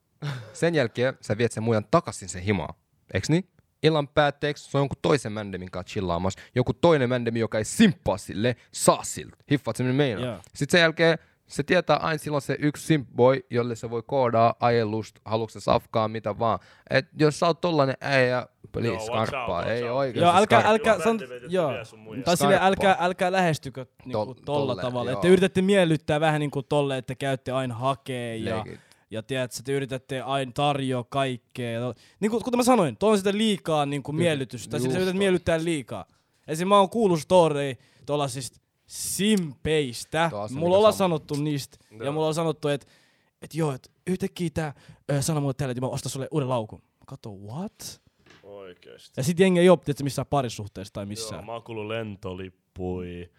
[SPEAKER 2] Sen jälkeen sä viet sen muijan takaisin sen himaa. Eiks niin? Illan päätteeksi se on jonkun toisen mändemin kanssa chillaamassa. Joku toinen mändemi, joka ei simppaa sille, saa siltä. Hiffaat sen meinaa.
[SPEAKER 1] Joo.
[SPEAKER 2] Yeah. Sitten sen jälkeen se tietää aina silloin se yksi simpboy, jolle se voi koodaa ajellusta, haluatko se safkaa, mitä vaan. Et jos sä oot tollanen äijä, please,
[SPEAKER 3] watch out,
[SPEAKER 2] Niin, skarppaa,
[SPEAKER 3] watch
[SPEAKER 2] ei
[SPEAKER 3] out.
[SPEAKER 2] oikein.
[SPEAKER 1] Joo, älkää,
[SPEAKER 3] skarppi.
[SPEAKER 1] älkää,
[SPEAKER 3] Joo,
[SPEAKER 1] san,
[SPEAKER 3] väntivetit
[SPEAKER 1] joo.
[SPEAKER 3] vie sun muijaa.
[SPEAKER 1] Tai silleen,
[SPEAKER 2] Skarppaa.
[SPEAKER 1] älkää, älkää lähestykö niinku
[SPEAKER 2] Tol-
[SPEAKER 1] tolla
[SPEAKER 2] tolle,
[SPEAKER 1] tavalla. Että
[SPEAKER 2] joo.
[SPEAKER 1] yritätte miellyttää vähän niinku tolle, että käytte aina hakee ja,
[SPEAKER 2] Leikit.
[SPEAKER 1] ja tiedät, että te yritätte aina tarjoa kaikkea. Ja to, niinku, kuten mä sanoin, toi on sitä liikaa niinku miellytystä. Sitä
[SPEAKER 2] just
[SPEAKER 1] yrität
[SPEAKER 2] on.
[SPEAKER 1] miellyttää liikaa. Esim. mä oon kuullut storyi tollasista simpeistä.
[SPEAKER 2] Taas on
[SPEAKER 1] Mulla
[SPEAKER 2] niinku
[SPEAKER 1] ollaan
[SPEAKER 2] sama.
[SPEAKER 1] sanottu niistä. Ja
[SPEAKER 3] Joo.
[SPEAKER 1] mulla on sanottu, että et joo, et yhtäkkiä tää ö, sanoi mulle tällä, että mä ostan sulle uuden laukun. Kato, what?
[SPEAKER 3] Oikeesti.
[SPEAKER 1] Ja sit jengi ei ole, tiedätkö, missään parisuhteessa tai missään.
[SPEAKER 3] Joo, mä oon kuullut lentolippui.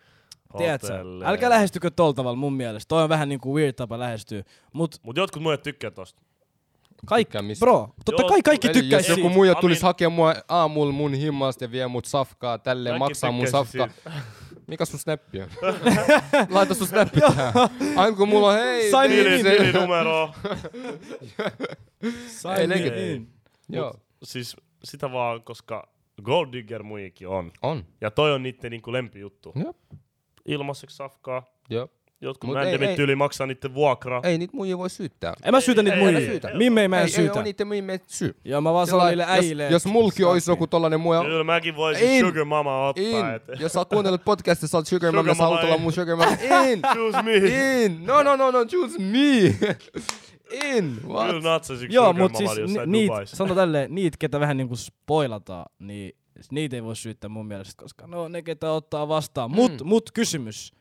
[SPEAKER 1] Tiedätkö,
[SPEAKER 3] hotelleja.
[SPEAKER 1] älkää lähestykö tol tavalla mun mielestä. Toi on vähän niinku weird tapa lähestyä. Mut
[SPEAKER 3] Mut jotkut muijat tykkää tosta.
[SPEAKER 1] kaikki,
[SPEAKER 2] Tykkäämistä.
[SPEAKER 1] bro, totta
[SPEAKER 3] Joo,
[SPEAKER 1] kai kaikki
[SPEAKER 2] Eli
[SPEAKER 1] tykkää
[SPEAKER 2] jos
[SPEAKER 1] siitä.
[SPEAKER 2] joku muija
[SPEAKER 3] Amin.
[SPEAKER 2] tulisi hakea mua aamulla mun himmasta ja vie mut safkaa, tälleen
[SPEAKER 3] Kaikki
[SPEAKER 2] maksaa
[SPEAKER 3] siis
[SPEAKER 2] mun
[SPEAKER 3] tykkäisi
[SPEAKER 2] safkaa. Mikä sun snappi
[SPEAKER 3] *laughs*
[SPEAKER 2] on? Laita sun snappi tähän. Aina kun mulla on hei,
[SPEAKER 1] Sai
[SPEAKER 2] *laughs* hei,
[SPEAKER 3] Tili,
[SPEAKER 1] niin,
[SPEAKER 3] tili numero.
[SPEAKER 1] Sai
[SPEAKER 2] Ei
[SPEAKER 1] niin.
[SPEAKER 2] nekin.
[SPEAKER 1] niin.
[SPEAKER 2] Joo,
[SPEAKER 3] Siis sitä vaan, koska Gold Digger muijakin on.
[SPEAKER 2] on.
[SPEAKER 3] Ja toi on niitten niinku lempijuttu.
[SPEAKER 2] Joo,
[SPEAKER 3] Ilmaiseksi safkaa.
[SPEAKER 2] joo.
[SPEAKER 3] Jotkut
[SPEAKER 2] Mut ei-
[SPEAKER 3] mändemit
[SPEAKER 2] ei-
[SPEAKER 3] yli maksaa niitten vuokra.
[SPEAKER 2] Ei niitä muijia voi syyttää.
[SPEAKER 1] En mä syytä
[SPEAKER 3] Ei,
[SPEAKER 1] niitä
[SPEAKER 3] ei, ei,
[SPEAKER 1] muijia.
[SPEAKER 3] ei
[SPEAKER 2] syytä.
[SPEAKER 1] Mimmei mä en
[SPEAKER 2] ei, ei
[SPEAKER 1] syytä.
[SPEAKER 2] ole niitä muijia syy.
[SPEAKER 1] Joo, mä vaan sanon
[SPEAKER 2] Sillä-
[SPEAKER 1] niille äijille.
[SPEAKER 2] Jos, jos mulki olisi joku tollanen muija,
[SPEAKER 3] Kyllä mäkin voisin
[SPEAKER 2] In.
[SPEAKER 3] Sugar Mama
[SPEAKER 2] in.
[SPEAKER 3] ottaa. Et.
[SPEAKER 2] Jos sä oot kuunnellut podcastia, sä oot sugar,
[SPEAKER 3] Sugar
[SPEAKER 2] mama, sä haluat
[SPEAKER 3] mama,
[SPEAKER 2] olla
[SPEAKER 3] ei.
[SPEAKER 2] mun sugar mama.
[SPEAKER 3] *laughs*
[SPEAKER 2] In!
[SPEAKER 3] Choose me.
[SPEAKER 2] In! No, no, no, no, choose me! *laughs* In! What?
[SPEAKER 3] Kyllä natsaisi yksi
[SPEAKER 1] Joo,
[SPEAKER 3] Sugar
[SPEAKER 1] mut
[SPEAKER 3] Mama
[SPEAKER 1] siis ni-
[SPEAKER 3] jossain
[SPEAKER 1] niit,
[SPEAKER 3] Dubaissa.
[SPEAKER 1] sanotaan tälleen, niit, ketä vähän niinku spoilataan, niin niitä ei voi syyttää mun mielestä, koska no ne, ketä ottaa vastaan. Mut, mut kysymys,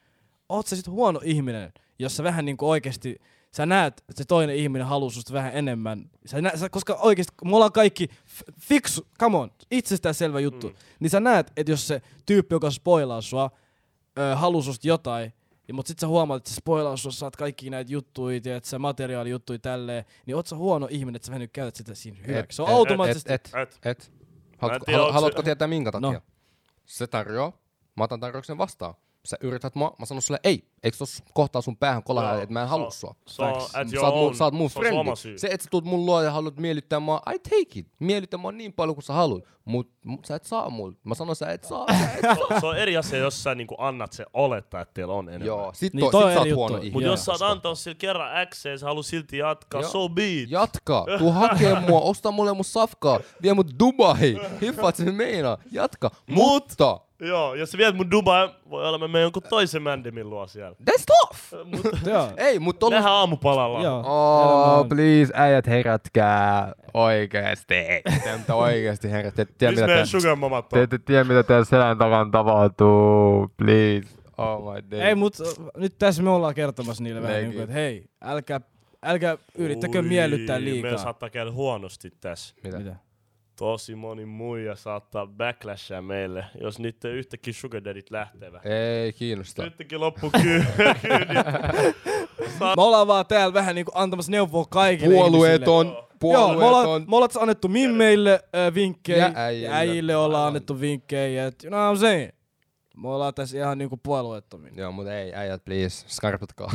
[SPEAKER 1] oot sä sit huono ihminen, jos sä vähän niinku oikeesti, sä näet, että se toinen ihminen haluaa susta vähän enemmän. Sä nä- sä, koska oikeesti, kun me ollaan kaikki f- fiksu, come on, itsestäänselvä juttu. Niin sä näet, että jos se tyyppi, joka spoilaa sua, ö, haluaa susta jotain, ja, mut sit sä huomaat, että se spoilaa sua, saat kaikki näitä juttuja, tiedät sä materiaalijuttuja tälleen, niin oot sä huono ihminen, että sä vähän nyt käytät sitä siinä hyväksi. Se on
[SPEAKER 2] Et- et-
[SPEAKER 1] automaattisesti...
[SPEAKER 2] Et, et,
[SPEAKER 3] Et.
[SPEAKER 2] et.
[SPEAKER 3] Mä en
[SPEAKER 2] Haluatko,
[SPEAKER 3] tiedä,
[SPEAKER 2] halu-
[SPEAKER 3] onks-
[SPEAKER 2] haluatko tietää minkä takia?
[SPEAKER 1] No.
[SPEAKER 2] No. Se tarjoaa, mä otan tarjouksen vastaan. Sä yrität mua, mä sanon sulle ei. Eikö tos kohtaa sun päähän
[SPEAKER 3] Joo,
[SPEAKER 2] kolaa, että mä en
[SPEAKER 3] se
[SPEAKER 2] halua
[SPEAKER 3] on-
[SPEAKER 2] sua.
[SPEAKER 3] se on
[SPEAKER 2] Thanks.
[SPEAKER 3] at
[SPEAKER 2] Sä
[SPEAKER 3] your
[SPEAKER 2] oot mun-
[SPEAKER 3] own.
[SPEAKER 2] Sä oot mun
[SPEAKER 3] Se on sun oma syy.
[SPEAKER 2] friendi. Se, että sä tuut mun luo ja haluat miellyttää mua, I take it. Miellyttää mua niin paljon kuin sä haluat. Mut mut sä et saa mulla. Mä sanon sä et saa. sä
[SPEAKER 3] *laughs*
[SPEAKER 2] et saa.
[SPEAKER 3] Se on eri asia, jos sä niinku annat se olettaa, että teillä on enemmän.
[SPEAKER 2] Joo, sit,
[SPEAKER 1] Niin,
[SPEAKER 2] niin,
[SPEAKER 1] toi on
[SPEAKER 2] sit sä
[SPEAKER 1] eri
[SPEAKER 2] oot huono
[SPEAKER 1] juttu.
[SPEAKER 2] ihminen.
[SPEAKER 3] Mut
[SPEAKER 1] Joo.
[SPEAKER 3] jos sä oot antanut sille kerran X ja sä haluat silti jatkaa,
[SPEAKER 2] Joo.
[SPEAKER 3] so be it.
[SPEAKER 2] Jatkaa,
[SPEAKER 3] *laughs*
[SPEAKER 2] tuu hakee mua, osta mulle mun safkaa, vie mut Dubai, hiffaat sen meinaa, jatka. Mutta,
[SPEAKER 3] Joo, jos sä viet mun Dubai, voi olla mä menen jonkun toisen mändemin luo siellä.
[SPEAKER 2] that's tough!
[SPEAKER 3] Mut
[SPEAKER 1] Joo,
[SPEAKER 2] Ei, mut tollas...
[SPEAKER 3] nähdään
[SPEAKER 1] *laughs*
[SPEAKER 3] aamupalalla.
[SPEAKER 1] joo.
[SPEAKER 2] Oh, please, äijät herätkää. Oikeesti. Te mitä oikeesti herätkää. Te tiedä,
[SPEAKER 3] Nyt
[SPEAKER 2] mitä
[SPEAKER 3] meidän
[SPEAKER 2] tää-
[SPEAKER 3] Sugar Mama
[SPEAKER 2] te ette tiedä, mitä teidän selän takana tapahtuu. Please. Oh my day.
[SPEAKER 1] Ei, mut äh, nyt tässä me ollaan kertomassa niille vähän,
[SPEAKER 2] Nekin.
[SPEAKER 1] niinku, että hei, älkää, älkää yrittäkö
[SPEAKER 3] Ui,
[SPEAKER 1] miellyttää
[SPEAKER 3] Meillä
[SPEAKER 1] liikaa.
[SPEAKER 3] saattaa käydä huonosti tässä.
[SPEAKER 2] mitä?
[SPEAKER 1] Mitä?
[SPEAKER 3] tosi moni muija saattaa backlashia meille, jos niiden yhtäkkiä sugar daddyt lähtevät.
[SPEAKER 2] Ei kiinnosta.
[SPEAKER 3] Yhtäkkiä loppu kyy- *laughs* kyydit.
[SPEAKER 1] Me ollaan vaan täällä vähän niinku antamassa neuvoa kaikille ihmisille.
[SPEAKER 2] Puolueeton,
[SPEAKER 1] Joo, me ollaan,
[SPEAKER 2] puolueeton.
[SPEAKER 1] me ollaan annettu mimmeille äh, vinkkejä,
[SPEAKER 2] Ja
[SPEAKER 1] ja
[SPEAKER 2] äijille.
[SPEAKER 1] äijille, äijille ollaan
[SPEAKER 2] Aivan.
[SPEAKER 1] annettu vinkkejä, et you know what I'm saying? Me ollaan tässä ihan niinku puolueettomia.
[SPEAKER 2] Joo, mutta ei, äijät, please,
[SPEAKER 1] *laughs*
[SPEAKER 2] skarpatkaa.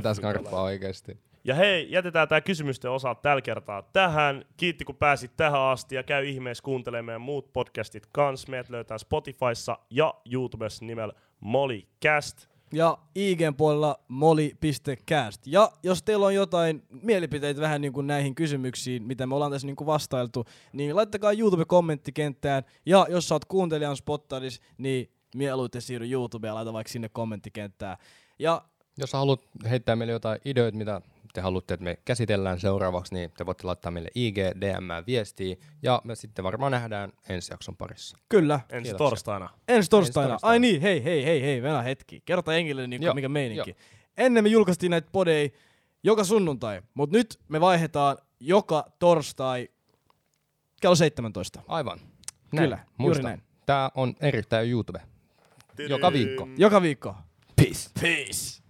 [SPEAKER 2] *laughs* Tää skarppaa oikeesti.
[SPEAKER 3] Ja hei, jätetään tämä kysymysten osa tällä kertaa tähän. Kiitti kun pääsit tähän asti ja käy ihmeessä kuuntelemaan meidän muut podcastit kans. Meidät löytää Spotifyssa ja YouTubessa nimellä MoliCast.
[SPEAKER 1] Ja IGn puolella moli.cast. Ja jos teillä on jotain mielipiteitä vähän niin kuin näihin kysymyksiin, mitä me ollaan tässä niin kuin vastailtu, niin laittakaa YouTube-kommenttikenttään. Ja jos sä oot kuuntelijan spottaris, niin mieluiten siirry YouTubeen ja laita vaikka sinne kommenttikenttään. Ja
[SPEAKER 2] Jos sä haluat heittää meille jotain ideoita, mitä te haluatte, että me käsitellään seuraavaksi, niin te voitte laittaa meille IG, DM, viestiä, ja me sitten varmaan nähdään ensi jakson parissa.
[SPEAKER 1] kyllä,
[SPEAKER 3] Ensi
[SPEAKER 2] Kiitoksia.
[SPEAKER 3] torstaina.
[SPEAKER 1] ensi torstaina.
[SPEAKER 2] torstaina.
[SPEAKER 1] Ai niin, hei, hei, hei, hei, venä hetki. Kerta jengille, niin
[SPEAKER 2] Joo,
[SPEAKER 1] kuin mikä meininki. Ennen me julkaistiin näitä podeja joka sunnuntai, mutta nyt me vaihdetaan joka torstai kello 17.
[SPEAKER 2] Aivan.
[SPEAKER 1] Kyllä, juuri
[SPEAKER 2] Muista,
[SPEAKER 1] näin.
[SPEAKER 2] Tää on erittäin YouTube. Joka viikko.
[SPEAKER 1] Joka viikko.
[SPEAKER 2] Peace.
[SPEAKER 3] Peace.